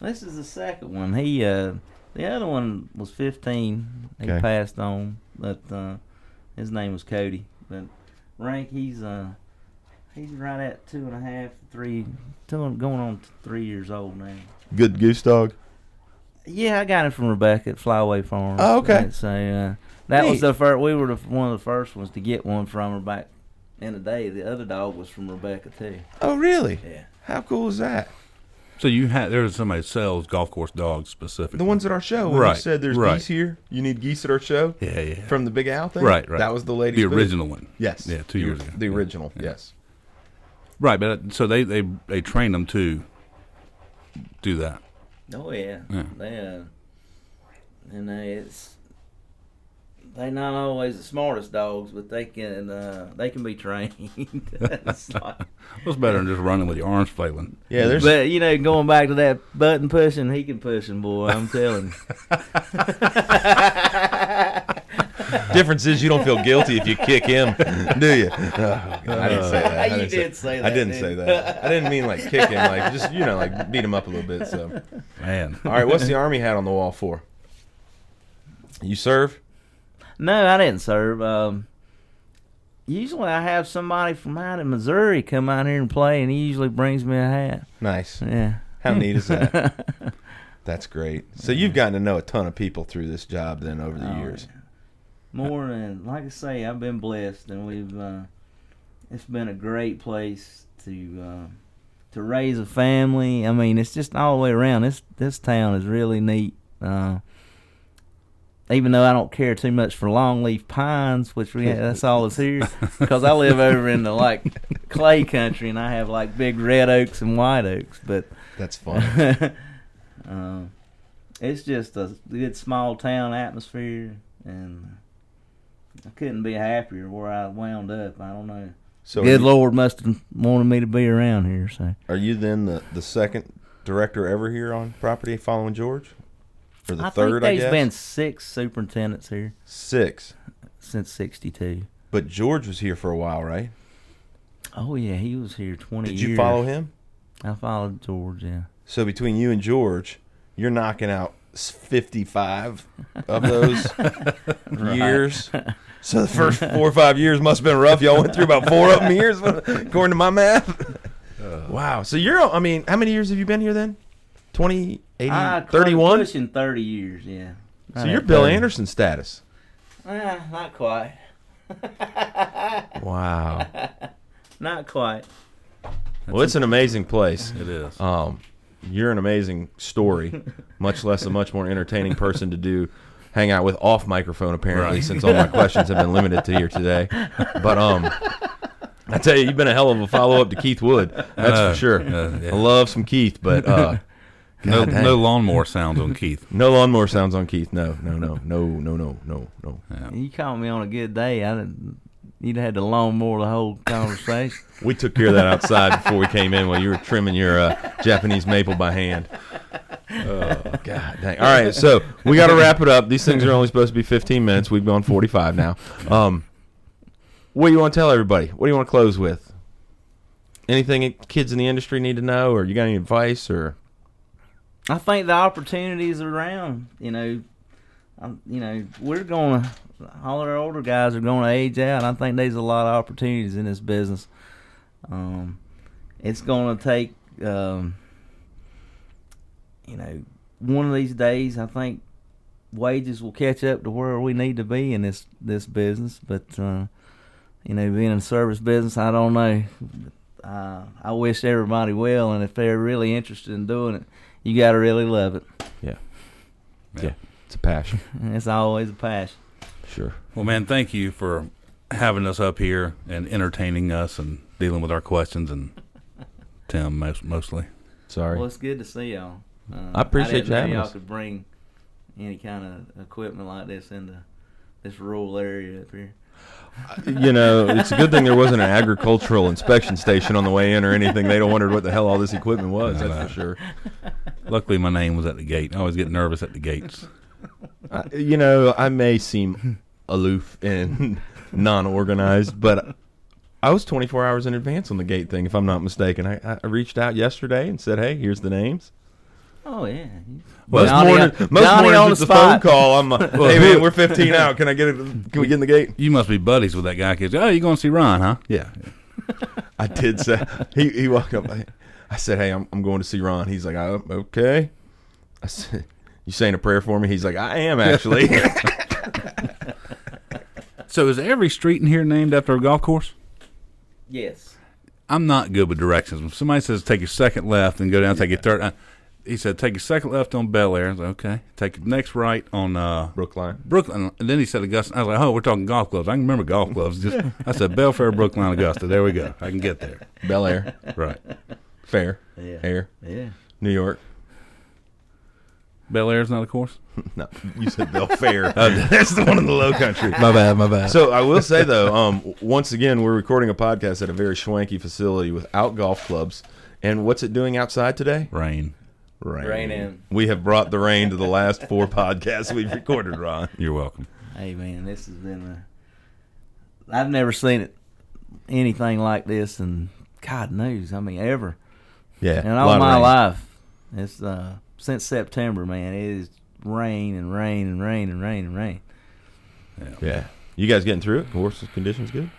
[SPEAKER 5] This is the second one. He uh the other one was fifteen. He
[SPEAKER 4] Okay.
[SPEAKER 5] passed on, but uh his name was Cody. But rank he's uh he's right at two and a half, three two and- going on to three years old now.
[SPEAKER 4] Good goose dog.
[SPEAKER 5] Yeah, I got him from Rebecca at Flyway Farm.
[SPEAKER 4] Oh, okay.
[SPEAKER 5] So uh, that
[SPEAKER 4] Neat.
[SPEAKER 5] was the first. We were the, one of the first ones to get one from her back in the day. The other dog was from Rebecca too.
[SPEAKER 4] Oh, really?
[SPEAKER 5] Yeah.
[SPEAKER 4] How cool is that?
[SPEAKER 3] So you had there's somebody that sells golf course dogs specifically.
[SPEAKER 4] The ones at our show. When
[SPEAKER 3] Right,
[SPEAKER 4] You said there's
[SPEAKER 3] right.
[SPEAKER 4] geese here. You need geese at our show.
[SPEAKER 3] Yeah, yeah.
[SPEAKER 4] From the Big Owl thing.
[SPEAKER 3] right, right.
[SPEAKER 4] That was the lady.
[SPEAKER 3] The original one.
[SPEAKER 4] Yes.
[SPEAKER 3] Yeah, two
[SPEAKER 4] The-
[SPEAKER 3] years ago.
[SPEAKER 4] The
[SPEAKER 3] Yeah.
[SPEAKER 4] original. Yes.
[SPEAKER 3] Right, but uh, so they they they train them to do that.
[SPEAKER 5] Oh yeah,
[SPEAKER 3] Yeah.
[SPEAKER 5] they uh, and they it's they not always the smartest dogs, but they can uh, they can be trained. [laughs] It's like-
[SPEAKER 3] What's better than just running with your arms flailing?
[SPEAKER 4] Yeah. There's. [laughs]
[SPEAKER 5] but you know, going back to that button pushing, he can push him, boy. I'm telling. you.
[SPEAKER 4] difference is you don't feel guilty if you kick him, [laughs] do you? I didn't say that. I
[SPEAKER 5] You
[SPEAKER 4] didn't
[SPEAKER 5] did say
[SPEAKER 4] I
[SPEAKER 5] that,
[SPEAKER 4] didn't
[SPEAKER 5] dude.
[SPEAKER 4] say that. I didn't mean like kick him. Like just you know like beat him up a little bit. So. [laughs]
[SPEAKER 3] Man,
[SPEAKER 4] All right. What's the army hat on the wall for? You serve.
[SPEAKER 5] No, I didn't serve. Um, usually, I have somebody from out in Missouri come out here and play, and he usually brings me a hat.
[SPEAKER 4] Nice.
[SPEAKER 5] Yeah.
[SPEAKER 4] How neat
[SPEAKER 3] [laughs]
[SPEAKER 4] is that? That's great. So you've gotten to know a ton of people through this job then over the
[SPEAKER 5] Oh,
[SPEAKER 4] years.
[SPEAKER 5] more than like I say, I've been blessed, and we've uh, it's been a great place to uh, to raise a family. I mean, it's just all the way around. This this town is really neat. Uh, even though I don't care too much for longleaf pines, which we that's all is here, because I live over in the like clay country, and I have like big red oaks and white oaks, but.
[SPEAKER 4] That's fun.
[SPEAKER 5] [laughs] um, it's just a good small town atmosphere, and I couldn't be happier where I wound up. I don't know.
[SPEAKER 4] So
[SPEAKER 5] good
[SPEAKER 4] are you,
[SPEAKER 5] Lord must have wanted me to be around here. So
[SPEAKER 4] are you then the, the second director ever here on property following George? Or the
[SPEAKER 5] I
[SPEAKER 4] third,
[SPEAKER 5] think
[SPEAKER 4] I
[SPEAKER 5] there's
[SPEAKER 4] guess?
[SPEAKER 5] been six superintendents here
[SPEAKER 4] Six.
[SPEAKER 5] since '62.
[SPEAKER 4] But George was here for a while, right?
[SPEAKER 5] Oh yeah, he was here 20
[SPEAKER 4] Did
[SPEAKER 5] years.
[SPEAKER 4] you follow him?
[SPEAKER 5] I followed George. Yeah.
[SPEAKER 4] So between you and George, you're knocking out s- 55 of
[SPEAKER 5] [laughs]
[SPEAKER 4] those years. So the first four or five years must have been rough. Y'all went through about four of them years, [laughs] according to my math. Wow. So you're, I mean, how many years have you been here then? 20, 80,
[SPEAKER 5] I close-
[SPEAKER 4] 31?
[SPEAKER 5] pushing 30 years. Yeah.
[SPEAKER 4] Ah, So
[SPEAKER 5] Right
[SPEAKER 4] you're
[SPEAKER 5] at
[SPEAKER 4] Bill
[SPEAKER 5] 30.
[SPEAKER 4] Anderson status.
[SPEAKER 5] Ah, not quite.
[SPEAKER 3] [laughs]
[SPEAKER 4] Wow.
[SPEAKER 5] Not quite.
[SPEAKER 4] well, it's an amazing place.
[SPEAKER 3] it is.
[SPEAKER 4] Um, you're an amazing story, much less a much more entertaining person to do hang out with off microphone apparently
[SPEAKER 3] Right.
[SPEAKER 4] since all my questions have been limited to here today. But um I tell you, you've been a hell of a follow up to Keith Wood. That's
[SPEAKER 3] Uh,
[SPEAKER 4] for sure.
[SPEAKER 3] uh, yeah.
[SPEAKER 4] I love some Keith, but uh
[SPEAKER 3] [laughs] No,
[SPEAKER 4] dang.
[SPEAKER 3] no lawnmower sounds on Keith.
[SPEAKER 4] No lawnmower sounds on Keith. No, no, no, no, no, no, no, no.
[SPEAKER 5] You caught me on a good day. I didn't. You'd had the lawnmower the whole conversation.
[SPEAKER 4] We took care of that outside before we came in while you were trimming your uh, Japanese maple by hand. Oh, God dang. All right, so we got to wrap it up. These things are only supposed to be 15 minutes. We've gone 45 now. Um, what do you want to tell everybody? What do you want to close with? Anything that kids in the industry need to know, or you got any advice, or
[SPEAKER 5] I think the opportunities are around. You know, I'm, you know, we're gonna all our older guys are gonna age out. I think there's a lot of opportunities in this business. Um, it's gonna take, um, you know, one of these days. I think wages will catch up to where we need to be in this this business. But uh, you know, being in the service business, I don't know. Uh, I wish everybody well, and if they're really interested in doing it, you got to really love it.
[SPEAKER 4] it's a passion.
[SPEAKER 5] It's always a passion.
[SPEAKER 4] Sure.
[SPEAKER 3] Well, man, thank you for having us up here and entertaining us and dealing with our questions and Tim most, mostly.
[SPEAKER 4] Sorry.
[SPEAKER 5] Well, it's good to see y'all. Uh,
[SPEAKER 4] I appreciate
[SPEAKER 5] didn't
[SPEAKER 4] you
[SPEAKER 5] know
[SPEAKER 4] having
[SPEAKER 5] y'all
[SPEAKER 4] us.
[SPEAKER 5] could bring any kind of equipment like this into this rural area up here.
[SPEAKER 4] you know, it's a good thing there wasn't an agricultural inspection station on the way in or anything. They don't wondered what the hell all this equipment was. That's for sure.
[SPEAKER 3] Luckily, my name was at the gate. I always get nervous at the gates.
[SPEAKER 4] I, you know, I may seem aloof and [laughs] non-organized, but I was 24 hours in advance on the gate thing, if I'm not mistaken. I, I reached out yesterday and said, "Hey, here's the names."
[SPEAKER 5] Oh yeah.
[SPEAKER 4] Most
[SPEAKER 5] Johnny- uh,
[SPEAKER 4] morning, most
[SPEAKER 5] Johnny
[SPEAKER 4] mornings
[SPEAKER 5] on
[SPEAKER 4] it's
[SPEAKER 5] the
[SPEAKER 4] a phone
[SPEAKER 5] spot.
[SPEAKER 4] call. I'm
[SPEAKER 5] [laughs]
[SPEAKER 4] like, "Hey man, we're 15 out. Can I get it? Can we get in the gate?"
[SPEAKER 3] You must be buddies with that guy. Kids, oh, you going to see Ron, huh?
[SPEAKER 4] Yeah. [laughs] I did say he he walked up. I, I said, "Hey, I'm I'm going to see Ron." He's like, oh, "Okay." I said, "You saying a prayer for me?" He's like, "I am
[SPEAKER 5] [laughs]
[SPEAKER 4] actually."
[SPEAKER 3] So, is every street in here named after a golf course?
[SPEAKER 5] Yes.
[SPEAKER 3] I'm not good with directions. When somebody says take your second left and go down, take your third. Uh, he said take your second left on Bel Air. I was like, okay. Take your next right on uh,
[SPEAKER 4] Brookline.
[SPEAKER 3] Brooklyn. And then he said Augusta. I was like, oh, we're talking golf clubs. I can remember golf clubs. Just I said Belfair, Brookline, Augusta. There we go. I can get there.
[SPEAKER 4] Bel Air,
[SPEAKER 3] Right.
[SPEAKER 4] Fair,
[SPEAKER 5] Yeah.
[SPEAKER 4] Air,
[SPEAKER 5] Yeah.
[SPEAKER 4] New York.
[SPEAKER 3] Bel Air's not a course.
[SPEAKER 4] No, you said Bel [laughs] Fair. That's the one in the Low Country. My bad, my bad. So I will say though, um, once again, we're recording a podcast at a very swanky facility without golf clubs. And what's it doing outside today?
[SPEAKER 3] Rain.
[SPEAKER 4] Rain.
[SPEAKER 5] Rain in.
[SPEAKER 4] We have brought the rain to the last four [laughs] podcasts we've recorded, Ron.
[SPEAKER 3] You're welcome.
[SPEAKER 5] Hey man, this has been a. I've never seen it anything like this, and God knows, I mean, ever.
[SPEAKER 4] Yeah,
[SPEAKER 5] And all my life, it's uh, since September, man, it is rain and rain and rain and rain and rain.
[SPEAKER 4] Yeah, you guys getting through it? Horse conditions good.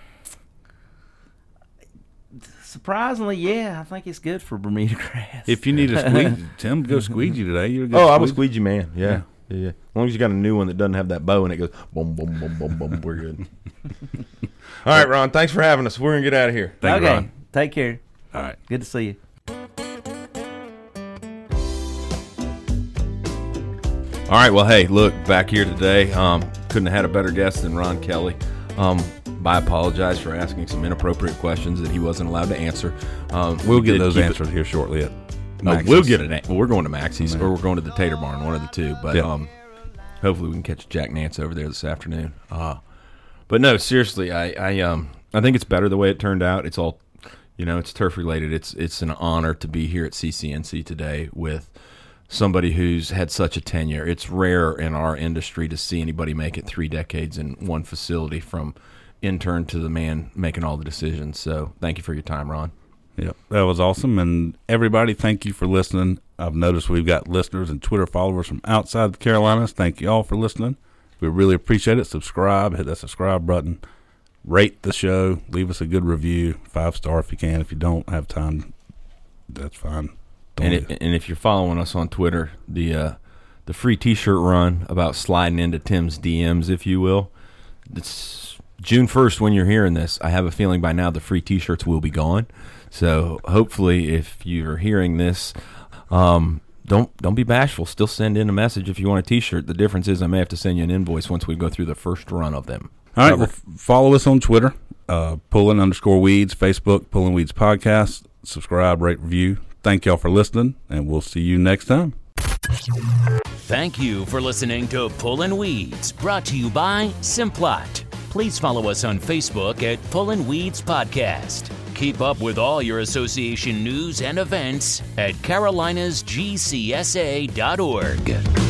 [SPEAKER 5] Surprisingly, yeah, I think it's good for Bermuda [laughs] grass.
[SPEAKER 3] If you need a
[SPEAKER 4] [laughs]
[SPEAKER 3] squeegee, Tim, go squeegee today. You're
[SPEAKER 4] Oh, I'm a squeegee man. Yeah.
[SPEAKER 3] Yeah.
[SPEAKER 4] yeah, yeah. As long as you got a new one that doesn't have that bow and it goes boom, boom, boom, boom, boom, we're [laughs] good. All right, Ron. Thanks for having us. We're gonna get out of here.
[SPEAKER 3] Thank you,
[SPEAKER 5] okay,
[SPEAKER 3] Ron.
[SPEAKER 5] take care.
[SPEAKER 3] All right.
[SPEAKER 5] Good to see you.
[SPEAKER 4] All right. Well, hey, look, back here today. Um, couldn't have had a better guest than Ron Kelly. Um, I apologize for asking some inappropriate questions that he wasn't allowed to answer. Um,
[SPEAKER 3] We'll
[SPEAKER 4] did
[SPEAKER 3] get those
[SPEAKER 4] keep it-
[SPEAKER 3] answered here shortly. At
[SPEAKER 4] No,
[SPEAKER 3] Max's.
[SPEAKER 4] Uh, we'll get it. Well, we're going to Maxie's or we're going to the Tater Barn, one of the two. But
[SPEAKER 3] Yeah.
[SPEAKER 4] um, hopefully we can catch Jack Nance over there this afternoon. Uh, but no, seriously, I, I um I think it's better the way it turned out. It's all, you know, it's turf related. It's it's an honor to be here at CCNC today with somebody who's had such a tenure. It's rare in our industry to see anybody make it three decades in one facility from intern to the man making all the decisions. So thank you for your time, Ron.
[SPEAKER 3] Yep, that was awesome. And everybody, thank you for listening. I've noticed we've got listeners and Twitter followers from outside the Carolinas. Thank you all for listening. We really appreciate it. Subscribe, hit that subscribe button, rate the show, leave us a good review, five star if you can. If you don't have time, that's fine. Don't
[SPEAKER 4] And,
[SPEAKER 3] do it.
[SPEAKER 4] it, and if you're following us on Twitter, the uh, the free T-shirt run about sliding into Tim's DMs, if you will, it's June 1st when you're hearing this. I have a feeling by now the free T-shirts will be gone. So hopefully, if you're hearing this, um, don't don't be bashful. Still send in a message if you want a T-shirt. The difference is I may have to send you an invoice once we go through the first run of them.
[SPEAKER 3] All right, well, f- follow us on Twitter, uh, pulling underscore weeds, Facebook, pulling weeds podcast. Subscribe, rate, review. Thank y'all for listening, and we'll see you next time.
[SPEAKER 2] Thank you for listening to Pullin' Weeds, brought to you by Simplot. Please follow us on Facebook at Pullin' Weeds Podcast. Keep up with all your association news and events at carolinasgcsa.org.